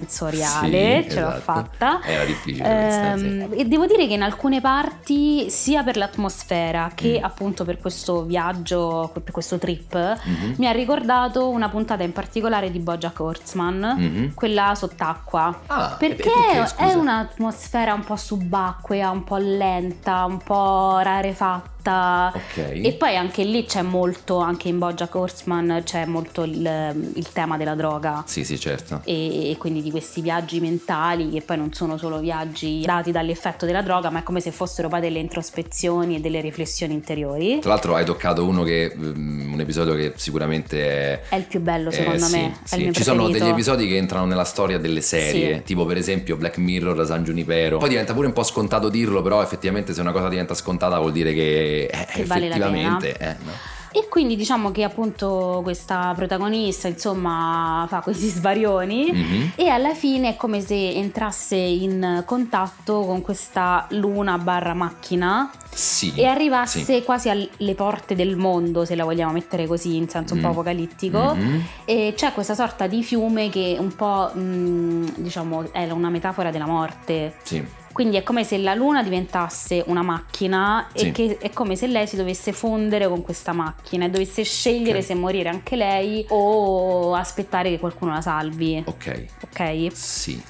B: extrasensoriale
A: Sì,
B: ce l'ha
A: esatto.
B: fatta
A: Era difficile questa,
B: Ehm,
A: sì.
B: e devo dire che in alcune parti sia per l'atmosfera che
A: Mm.
B: appunto per questo viaggio per questo trip
A: Mhm,
B: mi ha ricordato una puntata in particolare di Bojack Horseman
A: mhm.
B: quella sott'acqua
A: Ah, e- e
B: perché, è
A: scusa?
B: un'atmosfera un po' subacquea, un po' lenta, un po' rarefatta.
A: Ok.
B: E poi anche lì c'è molto, anche in Bojack Horseman c'è molto il, il tema della droga
A: Sì, sì, certo.
B: e, e quindi di questi viaggi mentali che poi non sono solo viaggi dati dall'effetto della droga, ma è come se fossero poi delle introspezioni e delle riflessioni interiori.
A: Tra l'altro hai toccato uno che mm, un episodio che sicuramente è
B: È il più bello
A: Eh,
B: secondo
A: sì,
B: me.
A: sì.
B: È il mio
A: Ci sono
B: preferito.
A: degli episodi che entrano nella storia delle serie,
B: Sì.
A: tipo per esempio Black Mirror, San Junipero. Poi diventa pure un po' scontato dirlo, però effettivamente se una cosa diventa scontata vuol dire che, eh,
B: Che vale la
A: effettivamente eh, no.
B: E quindi diciamo che appunto questa protagonista insomma fa questi svarioni
A: Mhm.
B: e alla fine è come se entrasse in contatto con questa luna barra macchina
A: Sì.
B: e arrivasse
A: sì.
B: quasi alle porte del mondo se la vogliamo mettere così in senso un po'
A: Mm.
B: apocalittico
A: Mhm.
B: e c'è questa sorta di fiume che un po' mh, diciamo è una metafora della morte
A: Sì.
B: quindi è come se la luna diventasse una macchina e
A: Sì.
B: che è come se lei si dovesse fondere con questa macchina e dovesse scegliere
A: Ok.
B: se morire anche lei o aspettare che qualcuno la salvi.
A: Ok.
B: Ok?
A: Sì.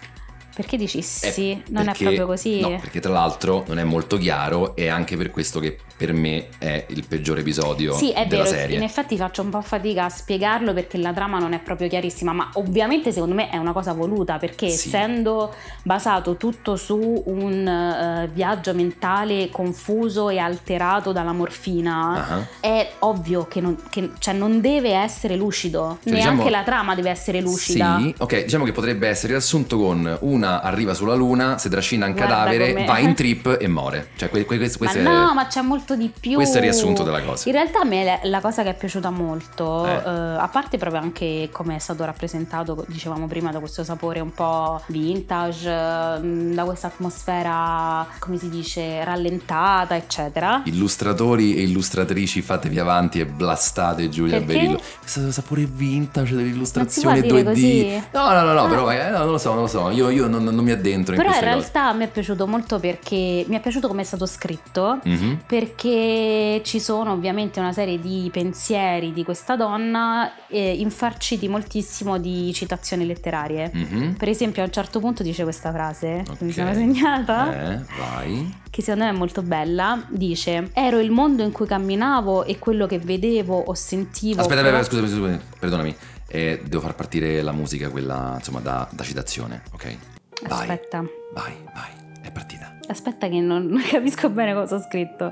B: Perché dici
A: Eh,
B: sì? non
A: perché-
B: è proprio così?
A: No, perché tra l'altro non è molto chiaro e è anche per questo che per me è il peggior episodio
B: Sì, è
A: della
B: vero,
A: serie.
B: in effetti faccio un po' fatica a spiegarlo perché la trama non è proprio chiarissima, ma ovviamente secondo me è una cosa voluta perché
A: Sì.
B: essendo basato tutto su un eh, viaggio mentale confuso e alterato dalla morfina,
A: Ah.
B: è ovvio che non, che- cioè non deve essere lucido,
A: Cioè,
B: neanche
A: diciamo-
B: la trama deve essere lucida.
A: Sì, ok, diciamo che potrebbe essere riassunto con una arriva sulla luna, si trascina un
B: Guarda
A: cadavere,
B: com'è.
A: va in trip e muore. Cioè, que- que- questo,
B: Ma
A: questo è...
B: no, ma c'è molto molto di più.
A: Questo è il riassunto della cosa.
B: In realtà a me la- la cosa che è piaciuta molto,
A: Eh.
B: eh, a parte proprio anche come è stato rappresentato, dicevamo prima, da questo sapore un po' vintage, eh, mh, da questa atmosfera, come si dice, rallentata, eccetera.
A: Illustratori e illustratrici, fatevi avanti e blastate Giulia
B: Perché?
A: Berillo. Questo sapore vintage cioè, dell'illustrazione
B: Ma si può
A: 2D.
B: dire così?
A: No, no, no, no,
B: Ah.
A: però eh, no, non lo so, non lo so. Io, io non, non mi addentro
B: Però
A: in
B: in
A: queste cose.
B: realtà mi è piaciuto molto perché mi è piaciuto come è stato scritto,
A: Mhm.
B: perché ci sono ovviamente una serie di pensieri di questa donna eh, infarciti moltissimo di citazioni letterarie.
A: Mhm.
B: Per esempio, a un certo punto dice questa frase, che mi
A: Ok.
B: sono segnata, Boh,
A: Eh, vai.
B: che secondo me è molto bella. Dice: Ero il mondo in cui camminavo e quello che vedevo o sentivo.
A: Aspetta, aspetta, scusami, scusami, perdonami. Eh, devo far partire la musica, quella insomma da, da citazione, ok? Vai,
B: Aspetta,
A: vai, vai, è partita.
B: aspetta, che non, non capisco bene cosa ho scritto.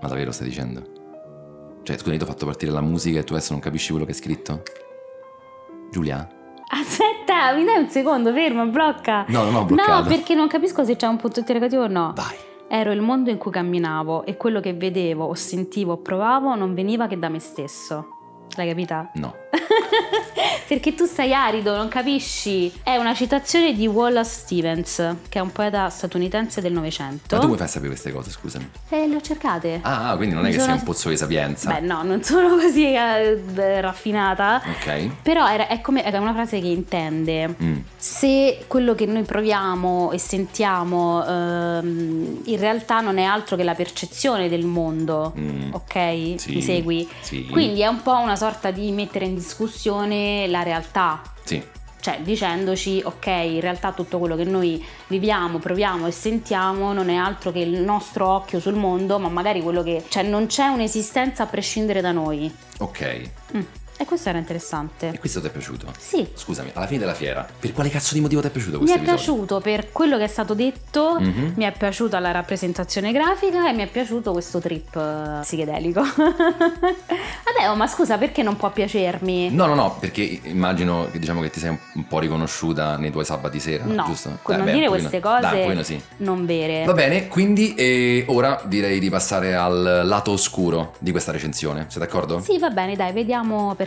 A: Ma davvero stai dicendo? Cioè, scusa, io ti ho fatto partire la musica e tu adesso non capisci quello che hai scritto? Giulia?
B: Aspetta, mi dai un secondo, ferma, blocca.
A: No, non ho bloccato.
B: No, perché non capisco se c'è un punto interrogativo o no.
A: Vai.
B: Ero il mondo in cui camminavo e quello che vedevo o sentivo o provavo non veniva che da me stesso. L'hai capita?
A: No.
B: Perché tu stai arido, non capisci? È una citazione di Wallace Stevens, che è un poeta statunitense del
A: Ma tu
B: Novecento.
A: come fai a sapere queste cose, scusami?
B: E le ho cercate.
A: Ah, ah, quindi non è
B: Mi
A: che
B: sono-
A: sei un pozzo di sapienza.
B: Beh, no, non sono così eh, raffinata.
A: Ok.
B: Però era- è, come, è una frase che intende
A: Mm.
B: se quello che noi proviamo e sentiamo ehm, in realtà non è altro che la percezione del mondo,
A: Mm.
B: ok?
A: Sì.
B: Mi segui?
A: Sì.
B: Quindi è un po' una sorta di mettere in discussione la realtà,
A: Sì.
B: cioè dicendoci ok, in realtà tutto quello che noi viviamo, proviamo e sentiamo non è altro che il nostro occhio sul mondo, ma magari quello che... cioè non c'è un'esistenza a prescindere da noi.
A: Ok. E
B: Mm. E questo era interessante.
A: questo ti è piaciuto?
B: Sì,
A: Scusami, alla fine della fiera, per quale cazzo di motivo ti è piaciuto
B: Mi
A: questo
B: è
A: episodio?
B: piaciuto per quello che è stato detto,
A: Mhm.
B: mi è piaciuta la rappresentazione grafica e mi è piaciuto questo trip eh, psichedelico. Vabbè, oh, ma scusa, perché non può piacermi?
A: No, no, no, perché immagino che diciamo che ti sei un- un po' riconosciuta nei tuoi sabati sera,
B: No,
A: giusto? Eh,
B: con non
A: beh,
B: dire
A: un pochino-
B: queste cose
A: Dai, un pochino sì.
B: non vere.
A: Va bene, quindi eh, ora direi di passare al lato oscuro di questa recensione, sei d'accordo?
B: Sì, va bene, dai, vediamo perché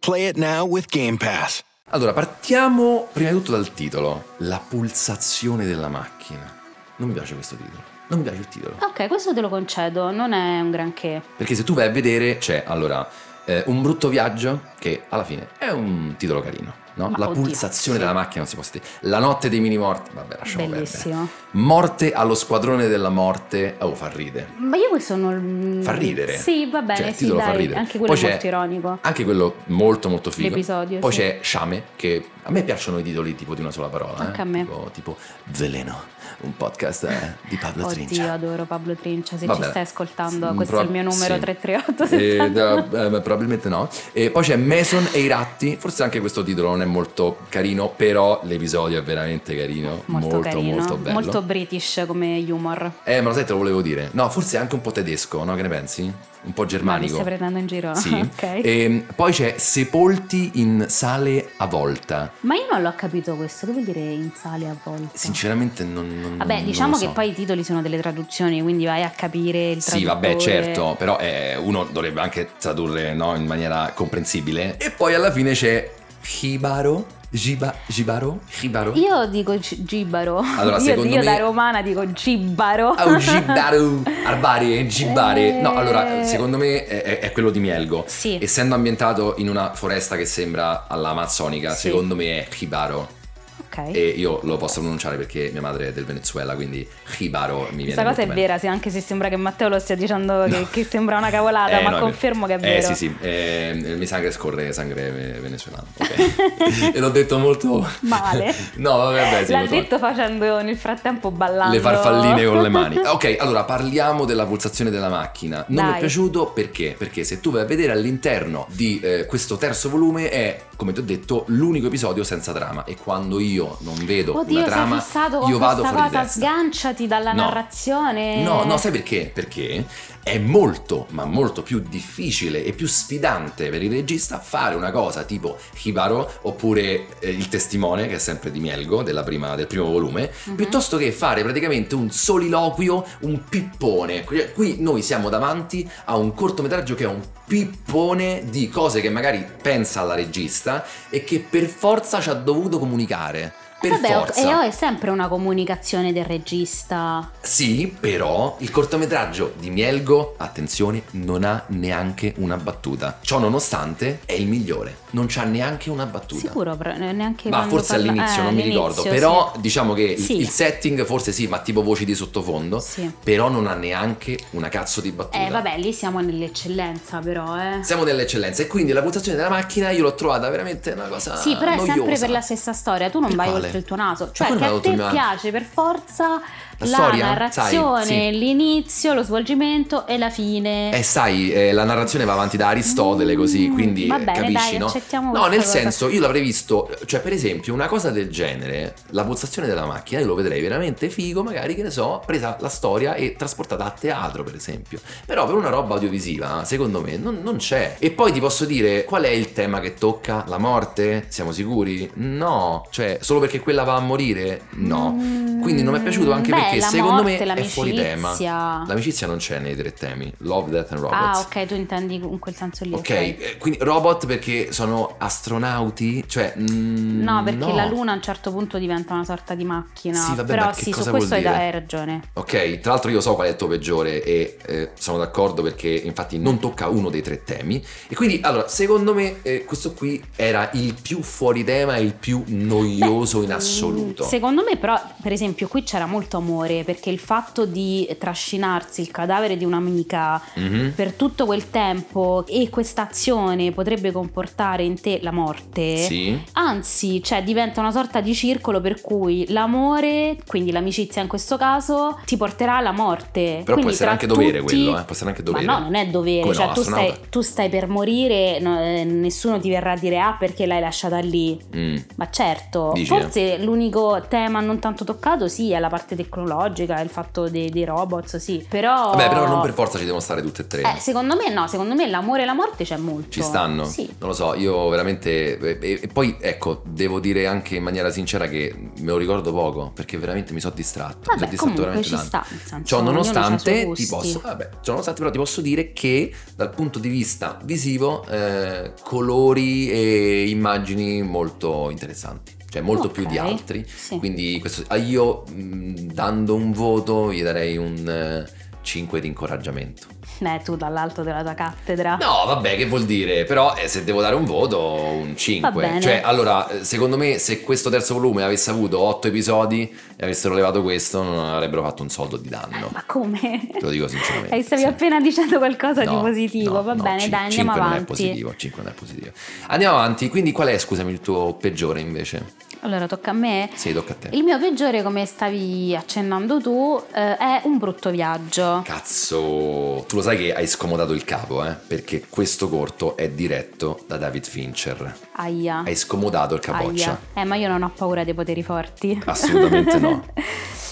D: Play it now with Game Pass.
A: Allora, partiamo prima di tutto dal titolo, la pulsazione della macchina. Non mi piace questo titolo, non mi piace il titolo.
B: Ok, questo te lo concedo, non è un granché.
A: Perché se tu vai a vedere c'è allora eh, un brutto viaggio che alla fine è un titolo carino, no?
B: Ma
A: la
B: oddio,
A: pulsazione
B: sì.
A: della macchina non si può dire. La notte dei mini morti, vabbè, lasciamo perdere.
B: Bellissimo.
A: Morte allo squadrone della morte, oh, fa ridere.
B: Ma io questo non...
A: Fa ridere.
B: Mm, Sì, va bene,
A: Cioè, il
B: sì,
A: titolo
B: dai,
A: fa ridere.
B: anche quello
A: Poi
B: è
A: c'è-
B: molto ironico.
A: Anche quello molto molto figo.
B: L'episodio,
A: Poi
B: sì.
A: c'è Sciame, che a me piacciono i titoli tipo di una sola parola.
B: Anche
A: eh.
B: a me.
A: Tipo, tipo Veleno, un podcast eh, di Pablo
B: Oddio,
A: Trincia.
B: adoro Pablo Trincia. Se
A: Vabbè.
B: ci stai ascoltando,
A: Mm,
B: questo è il mio
A: prob-
B: numero
A: sì.
B: 338.
A: Eh, da- eh, beh, probabilmente no. E poi c'è Mason e i ratti. Forse anche questo titolo non è molto carino, però l'episodio è veramente carino.
B: molto,
A: molto,
B: carino,
A: molto bello.
B: molto british come humor.
A: Eh, ma lo sai, te lo volevo dire. No, forse anche un po' tedesco, no? Che ne pensi? Un po'
B: Ma mi stai
A: germanico.
B: prendendo in giro?
A: Sì.
B: Ok.
A: Ehm, poi c'è Sepolti in sale a volta.
B: Ma io non l'ho capito questo, che vuol dire in sale a volte?
A: Sinceramente non. non
B: Vabbè,
A: non
B: diciamo
A: lo so.
B: che poi i titoli sono delle traduzioni, quindi vai a capire il traduttore.
A: Sì, vabbè, certo, però eh, uno dovrebbe anche tradurre no, in maniera comprensibile. E poi alla fine c'è Hibaro, Giba, Gibaro, Hibaro.
B: Io dico gi- gibaro.
A: Allora,
B: io,
A: secondo
B: io
A: me-
B: da romana dico gibaro.
A: Oh, Gibaro, Arbare, Gibare. No,
B: Eh.
A: allora, secondo me è, è- è quello di Mielgo.
B: Sì.
A: Essendo ambientato in una foresta che sembra all'Amazzonica,
B: Sì.
A: secondo me è Hibaro.
B: Ok.
A: E io lo posso pronunciare perché mia madre è del Venezuela, quindi Jibaro mi viene
B: Questa cosa è
A: molto bene.
B: vera, sì, anche se sembra che Matteo lo stia dicendo che,
A: No.
B: che sembra una cavolata,
A: Eh,
B: ma
A: no, vero.
B: confermo che è
A: Eh
B: vero.
A: sì sì, eh, mi sa che scorre sangue ve- venezuelano. ok. e l'ho detto molto...
B: Male.
A: no, vabbè, vabbè, sì,
B: L'ha
A: molto-
B: detto facendo nel frattempo ballando.
A: le farfalline con le mani. Ok, allora parliamo della pulsazione della macchina. Non mi
B: Dai.
A: è piaciuto perché? Perché se tu vai a vedere all'interno di eh, questo terzo volume è, come ti ho detto, l'unico episodio senza trama. E quando io non vedo
B: Oddio,
A: una
B: sei
A: trama,
B: fissato con
A: io vado
B: questa
A: fuori di
B: cosa,
A: testa.
B: sganciati dalla
A: No.
B: narrazione.
A: No, no, sai perché? Perché è molto, ma molto più difficile e più sfidante per il regista fare una cosa tipo Hibaro oppure eh, Il testimone, che è sempre di Mielgo, della prima- del primo volume,
B: Mhm.
A: piuttosto che fare praticamente un soliloquio, un pippone. Qui- Qui noi siamo davanti a un cortometraggio che è un pippone di cose che magari pensa la regista e che per forza ci ha dovuto comunicare. Per
B: Vabbè,
A: forza.
B: E è sempre una comunicazione del regista.
A: Sì, però il cortometraggio di Mielgo, attenzione, non ha neanche una battuta. Ciò nonostante è il migliore, non c'ha neanche una battuta.
B: Sicuro, però, eh, neanche
A: Ma
B: quando
A: forse
B: parla-
A: all'inizio,
B: eh,
A: non mi
B: all'inizio,
A: ricordo.
B: sì.
A: Però diciamo che il-
B: Sì.
A: il setting forse sì, ma tipo voci di sottofondo.
B: Sì.
A: Però non ha neanche una cazzo di battuta.
B: Eh, vabbè, lì siamo nell'eccellenza, però, eh.
A: Siamo nell'eccellenza e quindi la pulsazione della macchina io l'ho trovata veramente una cosa
B: Sì, però è
A: ah, noiosa.
B: sempre per la stessa storia, tu non
A: Per
B: vai
A: quale?
B: oltre il tuo naso,
A: Ma
B: cioè
A: quello
B: che
A: era
B: a
A: tutto
B: te
A: il mio-
B: piace per forza la,
A: storia?
B: narrazione,
A: Sai, sì.
B: l'inizio, lo svolgimento e la fine.
A: Eh sai, eh, la narrazione va avanti da Aristotele così,
B: Mm,
A: quindi
B: va
A: eh,
B: bene,
A: capisci,
B: dai,
A: no?
B: accettiamo
A: no,
B: questa
A: nel
B: cosa.
A: senso, io l'avrei visto, cioè per esempio, una cosa del genere, la pulsazione della macchina, io lo vedrei veramente figo, magari che ne so, presa la storia e trasportata a teatro, per esempio. Però per una roba audiovisiva, secondo me, non, non c'è. E poi ti posso dire, qual è il tema che tocca? La morte? Siamo sicuri? No, cioè, solo perché quella va a morire? No. Quindi non mi è piaciuto anche
B: Mm, Beh,
A: perché
B: la
A: secondo
B: morte,
A: me è fuori tema.
B: l'amicizia.
A: L'amicizia non c'è nei tre temi, Love, Death and Robots.
B: Ah, ok, tu intendi in quel senso lì.
A: Ok, eh, quindi robot perché sono astronauti? Cioè, mm,
B: No, perché la Luna a un certo punto diventa una sorta di macchina.
A: Sì, vabbè,
B: però
A: ma che
B: sì,
A: cosa
B: su questo hai,
A: vuol dire?
B: hai ragione.
A: Ok, tra l'altro io so qual è il tuo peggiore e eh, sono d'accordo perché infatti non tocca uno dei tre temi. E quindi, allora, secondo me eh, questo qui era il più fuori tema e il più noioso in assoluto.
B: Mm, Secondo me, però, per esempio, qui c'era molto amore perché il fatto di trascinarsi il cadavere di un'amica
A: Mhm.
B: per tutto quel tempo e questa azione potrebbe comportare in te la morte.
A: Sì.
B: Anzi, cioè diventa una sorta di circolo per cui l'amore, quindi l'amicizia in questo caso, ti porterà alla morte.
A: Però
B: Quindi
A: può essere
B: tra
A: anche dovere
B: tutti-
A: quello, eh, può essere anche dovere.
B: Ma no, non è dovere,
A: Come
B: cioè
A: no,
B: tu, stai,
A: astronauta.
B: tu stai per morire, no, eh, nessuno ti verrà a dire ah perché l'hai lasciata lì.
A: Mm.
B: Ma certo,
A: Dici, eh.
B: forse l'unico tema non tanto toccato sì è la parte tecnologica, il fatto dei, dei robot, sì, però...
A: Vabbè, però non per forza ci devono stare tutte e tre.
B: Oh. Eh, secondo me no, secondo me l'amore e la morte c'è molto.
A: Ci stanno?
B: Cioè, Sì.
A: Non lo so, io veramente. E, e- e poi ecco, devo dire anche in maniera sincera che me lo ricordo poco, perché veramente mi sono distratto. mi sono
B: Vabbè,
A: distratto
B: comunque
A: veramente
B: ci
A: tanto.
B: sta. nel senso,
A: Ciò
B: ognuno ha i suoi
A: nonostante, ti
B: gusti.
A: posso, vabbè, ciò nonostante però ti posso dire che dal punto di vista visivo, eh, colori e immagini molto interessanti, cioè molto più di
B: Ok, Eh.
A: altri.
B: sì.
A: Quindi questo, ah, io mh, dando un voto gli darei un eh, 5 di incoraggiamento.
B: Beh, tu dall'alto della tua cattedra.
A: No, vabbè, che vuol dire? Però eh, se devo dare un voto, un
B: Va
A: 5.
B: bene.
A: Cioè, allora, eh, secondo me, se questo terzo volume avesse avuto 8 episodi e avessero levato questo, non avrebbero fatto un soldo di danno.
B: Eh, Ma come?
A: Te lo dico sinceramente.
B: E stavi
A: sì.
B: appena dicendo qualcosa
A: No,
B: di positivo,
A: no,
B: va
A: no,
B: bene,
A: cin-
B: dai, andiamo
A: cinque non è
B: avanti.
A: positivo, 5 non è positivo. Andiamo avanti, quindi qual è, scusami, il tuo peggiore invece?
B: Allora, tocca a me.
A: Sì, tocca a te.
B: Il mio peggiore, come stavi accennando tu, eh, è un brutto viaggio.
A: Cazzo, tu lo sai che hai scomodato il capo, eh? Perché questo corto è diretto da David Fincher.
B: Aia.
A: Hai scomodato il capoccia.
B: Aia. Eh, ma io non ho paura dei poteri forti.
A: Assolutamente no.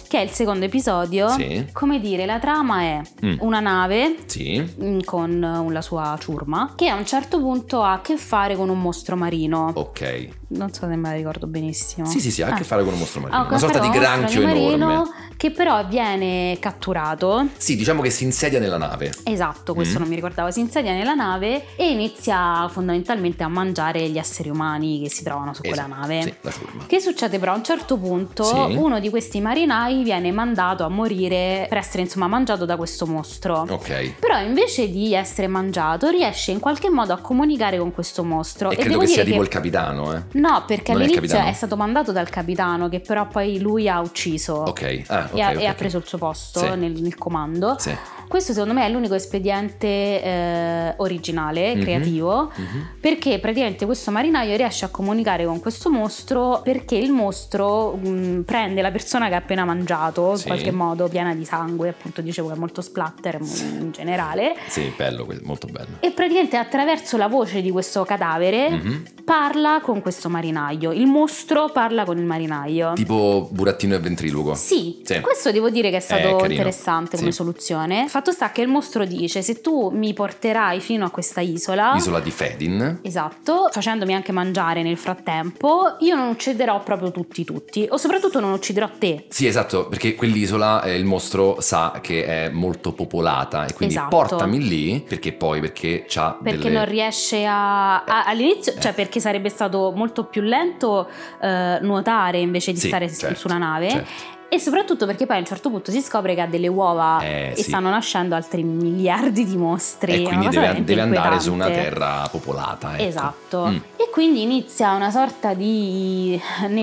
B: che è il secondo episodio.
A: Sì.
B: Come dire, la trama è
A: Mm.
B: una nave
A: Sì.
B: mm, con eh, la sua ciurma che a un certo punto ha a che fare con un mostro marino.
A: Ok.
B: Non so se me la ricordo benissimo.
A: Sì, sì, sì, ha a che
B: Ah.
A: fare con un mostro marino.
B: Ah,
A: una sorta
B: però
A: di
B: un
A: granchio
B: mostro marino
A: enorme.
B: Che però viene catturato
A: Sì, diciamo che si insedia nella nave.
B: Esatto, questo
A: Mm.
B: non mi ricordavo. Si insedia nella nave e inizia fondamentalmente a mangiare gli esseri umani che si trovano su quella
A: Esatto,
B: nave.
A: Sì, la ciurma.
B: Che succede però a un certo punto
A: Sì.
B: uno di questi marinai poi viene mandato a morire per essere insomma mangiato da questo mostro.
A: Ok.
B: Però invece di essere mangiato riesce in qualche modo a comunicare con questo mostro.
A: E credo
B: devo
A: che sia
B: dire
A: tipo il capitano, eh.
B: No, perché
A: Non è il
B: all'inizio è,
A: capitano?
B: stato mandato dal capitano che però poi lui ha ucciso
A: Ok. Ah, ok.
B: e, ha,
A: ok,
B: e ha
A: ok.
B: preso il suo posto
A: Sì.
B: nel, nel comando.
A: Sì.
B: Questo secondo me è l'unico espediente eh, originale,
A: Mhm.
B: creativo,
A: Mhm.
B: perché praticamente questo marinaio riesce a comunicare con questo mostro perché il mostro mh, prende la persona che ha appena mangiato,
A: Sì.
B: in qualche modo piena di sangue, appunto dicevo che è molto splatter mh, in generale,
A: Sì, bello, que- molto bello.
B: e praticamente attraverso la voce di questo cadavere
A: Mhm.
B: parla con questo marinaio, il mostro parla con il marinaio.
A: Tipo burattino e ventriloquo.
B: Sì,
A: Sì. Eh,
B: questo devo dire che è stato
A: carino.
B: interessante come
A: Sì.
B: soluzione. Fatto sta che il mostro dice: Se tu mi porterai fino a questa isola.
A: L'isola di Fedin.
B: Esatto, facendomi anche mangiare nel frattempo, io non ucciderò proprio tutti tutti, o soprattutto non ucciderò te.
A: Sì, esatto, perché quell'isola eh, il mostro sa che è molto popolata e quindi
B: Esatto.
A: portami lì perché poi perché c'ha
B: Perché
A: delle
B: non riesce a, a- all'inizio,
A: eh.
B: cioè perché sarebbe stato molto più lento eh, nuotare invece di
A: Sì,
B: stare su-
A: certo,
B: sulla nave.
A: certo.
B: E soprattutto perché poi a un certo punto si scopre che ha delle uova
A: Eh,
B: Ah, e
A: sì.
B: stanno nascendo altri miliardi di mostri.
A: e
B: È
A: quindi
B: una cosa
A: deve,
B: veramente
A: deve andare su una
B: inquietante.
A: terra popolata. ecco.
B: Esatto.
A: Mm.
B: E quindi inizia una sorta di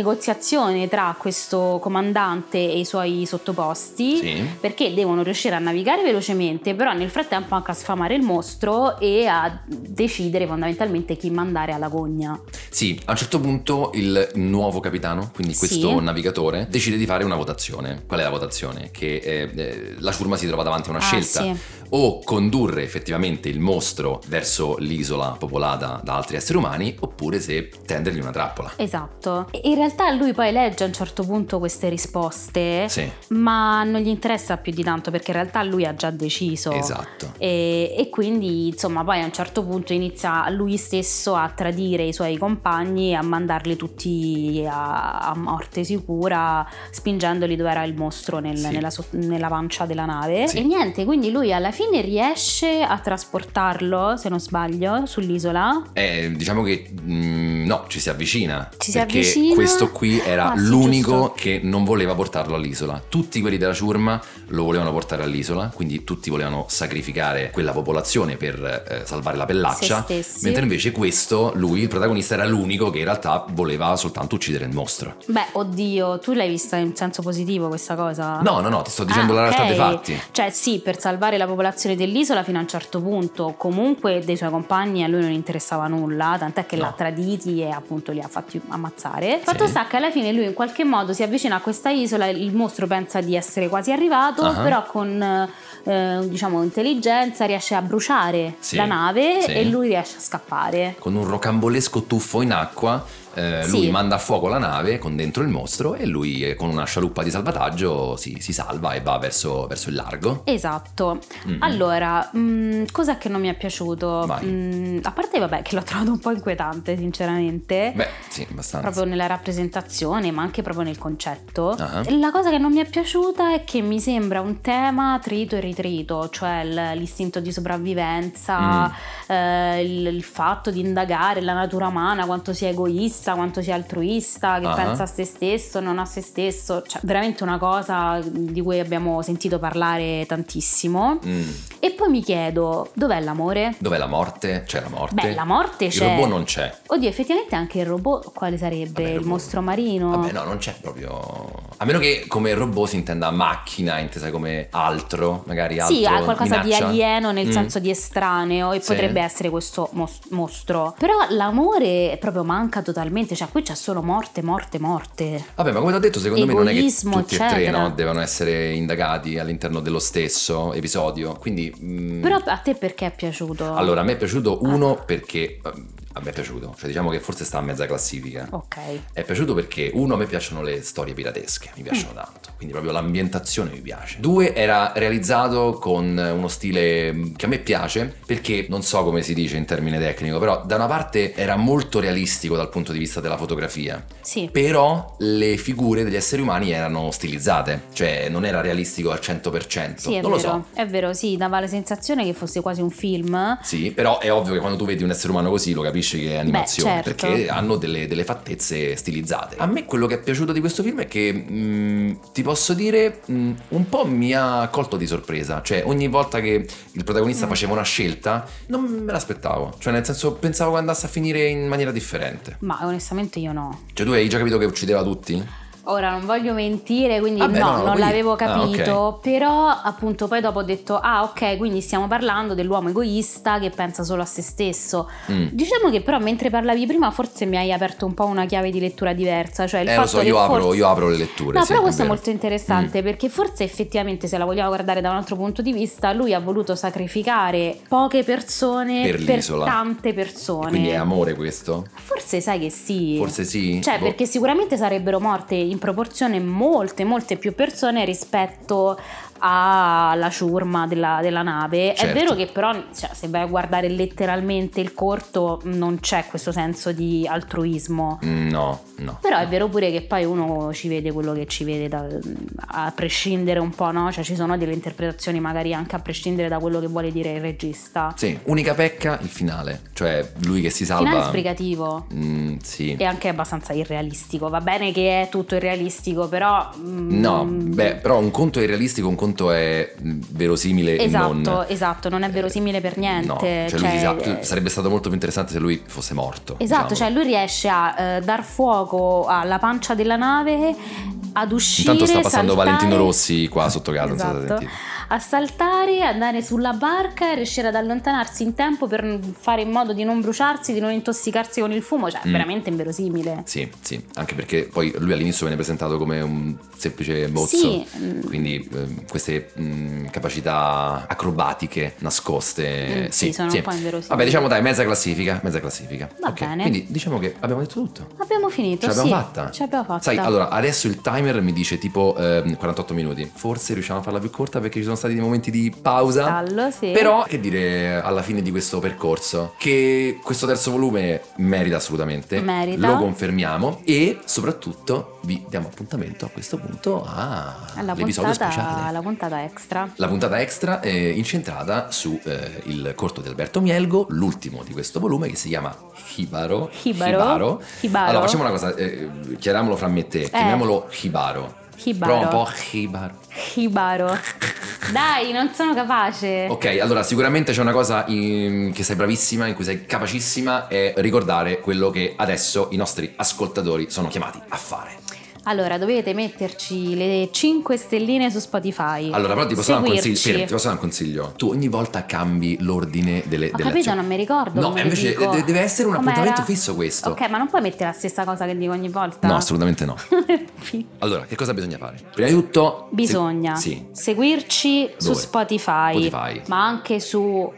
B: negoziazione tra questo comandante e i suoi sottoposti.
A: Sì.
B: Perché devono riuscire a navigare velocemente, però nel frattempo anche a sfamare il mostro e a decidere fondamentalmente chi mandare alla gogna.
A: Sì, a un certo punto il nuovo capitano, quindi questo
B: Sì.
A: navigatore, decide di fare una votazione. Qual è la votazione? Che eh, eh, la ciurma si trova davanti a una
B: Ah,
A: scelta.
B: sì.
A: O condurre effettivamente il mostro verso l'isola popolata da altri esseri umani, oppure se tendergli una trappola.
B: Esatto. E in realtà lui poi legge a un certo punto queste risposte,
A: Sì,
B: ma non gli interessa più di tanto perché in realtà lui ha già deciso.
A: esatto.
B: E, e quindi insomma poi a un certo punto inizia lui stesso a tradire i suoi compagni e a mandarli tutti a, a morte sicura spingendoli dove era il mostro nel-
A: Sì.
B: nella, so- nella pancia della nave
A: Sì.
B: e niente quindi lui alla fine riesce a trasportarlo se non sbaglio sull'isola
A: Eh, diciamo che mm, no, ci si avvicina.
B: Ci si
A: perché
B: avvicina?
A: questo qui era
B: Ah, sì,
A: l'unico
B: giusto.
A: che non voleva portarlo all'isola. Tutti quelli della ciurma lo volevano portare all'isola, quindi tutti volevano sacrificare quella popolazione per eh, salvare la pellaccia.
B: Se stessi.
A: Mentre invece questo, lui, il protagonista, era l'unico che in realtà voleva soltanto uccidere il mostro.
B: beh oddio tu l'hai vista in senso positivo questa cosa
A: No, no, no, ti sto dicendo la
B: Ah,
A: realtà
B: ok.
A: dei fatti.
B: Cioè, sì, per salvare la popolazione dell'isola fino a un certo punto, comunque dei suoi compagni a lui non interessava nulla, tant'è che
A: No.
B: l'ha traditi e appunto li ha fatti ammazzare. Fatto sta che alla fine lui in qualche modo si avvicina a questa isola, il mostro pensa di essere quasi arrivato,
A: Ah.
B: però con eh, diciamo intelligenza riesce a bruciare
A: Sì.
B: la nave
A: Sì.
B: e lui riesce a scappare.
A: Con un rocambolesco tuffo in acqua, eh,
B: Sì.
A: lui manda a fuoco la nave con dentro il mostro e lui eh, con una scialuppa di salvataggio si, si salva e va verso, verso il largo.
B: Esatto.
A: Mm.
B: Allora, mh, cosa che non mi è piaciuto?
A: Vai.
B: Mh, a parte, vabbè, che l'ho trovato un po' inquietante, sinceramente.
A: Beh, sì, abbastanza.
B: proprio nella rappresentazione, ma anche proprio nel concetto.
A: Ah.
B: La cosa che non mi è piaciuta è che mi sembra un tema trito e ritrito, cioè il- l'istinto di sopravvivenza,
A: Mm.
B: eh, il, il fatto di indagare la natura umana, quanto sia egoista, quanto sia altruista, che
A: Ah.
B: pensa a se stesso, non a se stesso, cioè veramente una cosa di cui abbiamo sentito parlare tantissimo.
A: Mm.
B: E poi mi chiedo, dov'è l'amore?
A: Dov'è la morte? C'è la morte.
B: Beh, la morte
A: Il
B: c'è.
A: robot non c'è.
B: Oddio, effettivamente anche il robot quale sarebbe?
A: Vabbè,
B: il
A: robot.
B: mostro marino?
A: Vabbè, no, non c'è proprio. A meno che come robot si intenda macchina, intesa come altro, magari altro.
B: Sì, ha qualcosa di
A: minaccia.
B: alieno nel
A: Mm.
B: senso di estraneo e
A: Sì.
B: potrebbe essere questo mos- mostro. Però l'amore proprio manca totalmente, cioè qui c'è solo morte, morte, morte.
A: Vabbè, ma come ti ho detto, secondo me non è che
B: Egoismo,
A: tutti e tre
B: eccetera.
A: no, devono essere indagati all'interno dello stesso episodio. Quindi. mm,
B: Però a te perché è piaciuto?
A: Allora, a me è piaciuto uno perché. eh, A me è piaciuto, cioè diciamo che forse sta a mezza classifica.
B: Ok.
A: È piaciuto perché uno a me piacciono le storie piratesche, mi
B: Mm.
A: piacciono tanto, quindi proprio l'ambientazione mi piace. Due era realizzato con uno stile mh, che a me piace perché non so come si dice in termine tecnico, però da una parte era molto realistico dal punto di vista della fotografia,
B: Sì.
A: però le figure degli esseri umani erano stilizzate, cioè non era realistico al 100%.
B: Sì, è
A: non lo
B: vero.
A: so.
B: È vero, sì, dava la sensazione che fosse quasi un film.
A: Sì, però è ovvio che quando tu vedi un essere umano così lo capisci capisce che è animazione
B: Beh, certo.
A: perché hanno delle, delle fattezze stilizzate. A me quello che è piaciuto di questo film è che mh, ti posso dire mh, un po' mi ha colto di sorpresa, cioè ogni volta che il protagonista
B: Mm.
A: faceva una scelta non me l'aspettavo, cioè nel senso pensavo che andasse a finire in maniera differente.
B: Ma onestamente io no.
A: Cioè tu hai già capito che uccideva tutti?
B: Ora non voglio mentire, quindi
A: Ah, beh,
B: no,
A: no, no,
B: non
A: quindi- ah,
B: l'avevo
A: ok.
B: capito, però appunto poi dopo ho detto "Ah, ok, quindi stiamo parlando dell'uomo egoista che pensa solo a se stesso".
A: Mm.
B: Diciamo che però mentre parlavi prima forse mi hai aperto un po' una chiave di lettura diversa, cioè il
A: eh
B: fatto
A: lo so,
B: che
A: io apro,
B: forse-
A: io apro le letture.
B: No,
A: sì, Mm.
B: però questo è
A: vero.
B: molto interessante perché forse effettivamente se la vogliamo guardare da un altro punto di vista, lui ha voluto sacrificare poche persone
A: Per
B: per,
A: l'isola.
B: tante persone.
A: Mm. Quindi è amore questo?
B: Forse sai che sì.
A: Forse sì.
B: Cioè,
A: Boh.
B: perché sicuramente sarebbero morte in proporzione molte, molte più persone rispetto alla ciurma della, della nave. È
A: Certo.
B: vero che però, cioè, se vai a guardare letteralmente il corto, non c'è questo senso di altruismo.
A: Mm, No, no.
B: Però è vero pure che poi uno ci vede quello che ci vede, dal- a prescindere un po', no? Cioè ci sono delle interpretazioni magari anche a prescindere da quello che vuole dire il regista.
A: Sì, unica pecca il finale, cioè lui che si salva.
B: Finale sbrigativo.
A: Mm, sì.
B: E anche abbastanza irrealistico. Va bene che è tutto irrealistico, però. mm,
A: No, beh, però un conto è irrealistico, un conto è mm, verosimile
B: Esatto,
A: e non. eh,
B: esatto, non è verosimile per niente.
A: No, cioè lui si sa-
B: cioè,
A: sarebbe stato molto più interessante se lui fosse morto.
B: Esatto,
A: diciamo.
B: cioè lui riesce a eh, dar fuoco alla pancia della nave, ad uscire.
A: Intanto sta passando
B: saltare-
A: Valentino Rossi qua sotto casa, non so se
B: Esatto.
A: sentite.
B: A saltare, andare sulla barca, riuscire ad allontanarsi in tempo per fare in modo di non bruciarsi, di non intossicarsi con il fumo, cioè è
A: Mm.
B: veramente inverosimile.
A: Sì, sì, anche perché poi lui all'inizio viene presentato come un semplice mozzo,
B: Sì, mm.
A: quindi eh, queste mm, capacità acrobatiche nascoste.
B: Mm, sì, sono un po' inverosimili.
A: Vabbè, diciamo dai, mezza classifica, mezza classifica.
B: Va
A: Ok,
B: bene.
A: Quindi diciamo che abbiamo detto tutto.
B: Abbiamo finito,
A: Ce l'abbiamo
B: sì.
A: fatta?
B: Ce l'abbiamo fatta.
A: Sai, allora, adesso il timer mi dice tipo ehm, 48 minuti. Forse riusciamo a farla più corta perché ci sono stati dei momenti di pausa.
B: Stallo, sì.
A: Però, che dire alla fine di questo percorso? Che questo terzo volume merita assolutamente.
B: Merita.
A: Lo confermiamo e soprattutto vi diamo appuntamento a questo punto a-
B: alla
A: all'episodio speciale.
B: puntata, alla puntata extra.
A: La puntata extra è incentrata su eh, il corto di Alberto Mielgo, l'ultimo di questo volume che si chiama Hibaro.
B: Hibaro? Hibaro? Eh.
A: Allora facciamo una cosa, eh, chiariamolo fra me e te, chiamiamolo Hibaro.
B: Hibaro.
A: Prova un po' Hibaro.
B: Hibaro. Dai, non sono capace.
A: Ok, allora sicuramente c'è una cosa in- che sei bravissima, in cui sei capacissima, è ricordare quello che adesso i nostri ascoltatori sono chiamati a fare.
B: Allora, dovete metterci le 5 stelline su Spotify.
A: Allora, però ti posso dare un consiglio.
B: Seguirci.
A: fermi, ti posso dare un consiglio. Tu ogni volta cambi l'ordine delle,
B: Ho
A: delle
B: capito,
A: azioni.
B: non mi ricordo.
A: No, eh,
B: come
A: invece
B: dico.
A: de- deve essere un
B: Com'era?
A: appuntamento fisso questo.
B: Ok, ma non puoi mettere la stessa cosa che dico ogni volta.
A: No, assolutamente no.
B: assolutamente.
A: Allora, che cosa bisogna fare? Prima di tutto. se-
B: Bisogna
A: sì.
B: seguirci su
A: Dove?
B: Spotify,
A: Spotify.
B: ma anche su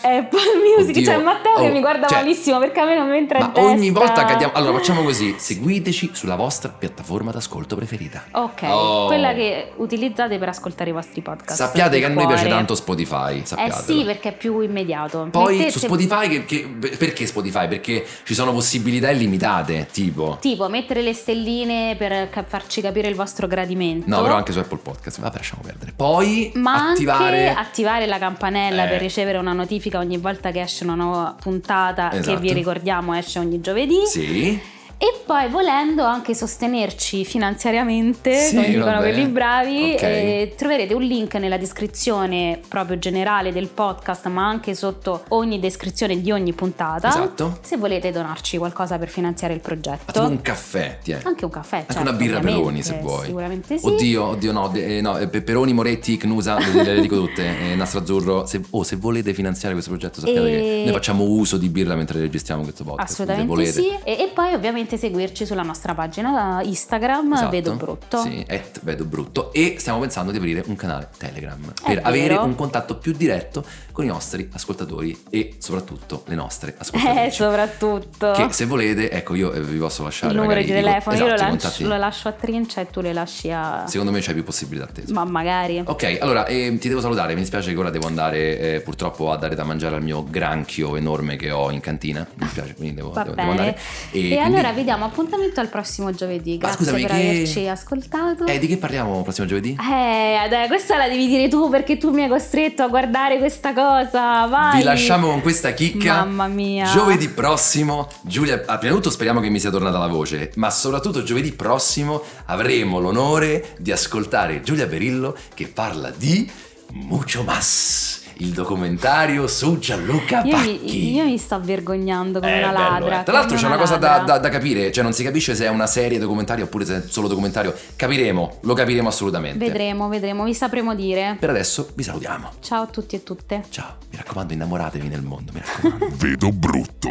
B: Apple Music.
A: Oddio.
B: Cioè, Matteo che
A: Oh,
B: mi guarda
A: cioè,
B: malissimo perché a me non mi entra
A: Ma
B: in testa.
A: ogni volta cadiamo. Allora, facciamo così: seguiteci sulla vostra piattaforma d'ascolto preferita.
B: Ok,
A: Oh.
B: quella che utilizzate per ascoltare i vostri podcast.
A: Sappiate che a
B: del
A: noi piace
B: cuore.
A: tanto Spotify.
B: Eh
A: Sappiate.
B: sì, perché è più immediato.
A: Poi
B: Mettete-
A: su Spotify, che- che- perché Spotify? Perché ci sono possibilità illimitate, tipo.
B: Tipo, mettere le stelline per ca- farci capire il vostro gradimento.
A: No, però anche su Apple Podcast. Vabbè, lasciamo perdere. Poi
B: Ma
A: attivare.
B: anche attivare la campanella
A: Eh.
B: per ricevere una notifica ogni volta che esce una nuova puntata
A: Esatto.
B: che vi ricordiamo esce ogni giovedì.
A: Sì.
B: E poi volendo anche sostenerci finanziariamente,
A: Sì,
B: come dicono
A: vabbè.
B: quelli bravi,
A: Ok.
B: eh, troverete un link nella descrizione proprio generale del podcast, ma anche sotto ogni descrizione di ogni puntata.
A: Esatto.
B: Se volete donarci qualcosa per finanziare il
A: Ma
B: progetto.
A: tipo un caffè, ti è.
B: Anche un caffè,
A: Anche
B: certo,
A: una birra
B: ovviamente,
A: Peroni se vuoi.
B: Sicuramente sì.
A: Oddio, oddio, no, de- eh, no, eh, Peroni, Moretti, Cnusa, le, le- le dico tutte. eh, Nastro Azzurro. Se, oh, se volete finanziare questo progetto, sappiate
B: E-
A: che noi facciamo uso di birra mentre registriamo questo podcast. quindi
B: Assolutamente
A: se volete.
B: sì. E, e poi ovviamente seguirci sulla nostra pagina Instagram,
A: Esatto.
B: vedo brutto.
A: Sì, at vedo brutto. E stiamo pensando di aprire un canale Telegram per
B: vero.
A: avere un contatto più diretto con i nostri ascoltatori e soprattutto le nostre
B: Eh,
A: ascoltatrici.
B: soprattutto.
A: che se volete, ecco, io eh, vi posso lasciare
B: il numero
A: magari
B: di
A: i co-
B: telefono, io lo,
A: esatto, i
B: lancio-
A: contatti.
B: lo lascio a Trincia e tu le lasci a...
A: Secondo me c'è più possibilità te.
B: Ma magari.
A: Ok, allora ehm, ti devo salutare, mi dispiace che ora devo andare eh, purtroppo a dare da mangiare al mio granchio enorme che ho in cantina, mi dispiace, quindi devo,
B: Va
A: devo- devo
B: bene.
A: andare.
B: E,
A: quindi
B: allora vi diamo appuntamento al prossimo giovedì.
A: Ma
B: Grazie
A: scusami,
B: per
A: che-
B: averci ascoltato.
A: Eh, di che parliamo prossimo giovedì?
B: Eh, dai, questa la devi dire tu perché tu mi hai costretto a guardare questa cosa. Vai.
A: Vi lasciamo con questa chicca.
B: Mamma mia.
A: Giovedì prossimo, Giulia, ah, prima di tutto speriamo che mi sia tornata la voce, ma soprattutto giovedì prossimo avremo l'onore di ascoltare Giulia Berillo che parla di Mucho Mas, il documentario su Gianluca
B: Io
A: Pacchi.
B: mi, io mi sto vergognando come
A: Eh,
B: una
A: bello,
B: ladra.
A: eh. Tra l'altro
B: come
A: c'è una cosa da,
B: ladra.
A: da- da capire, cioè non si capisce se è una serie documentario oppure se è solo documentario. Capiremo, lo capiremo assolutamente.
B: Vedremo, vedremo, vi sapremo dire.
A: Per adesso vi salutiamo.
B: Ciao a tutti e tutte.
A: Ciao, mi raccomando, innamoratevi nel mondo, mi raccomando.
C: Vedo brutto.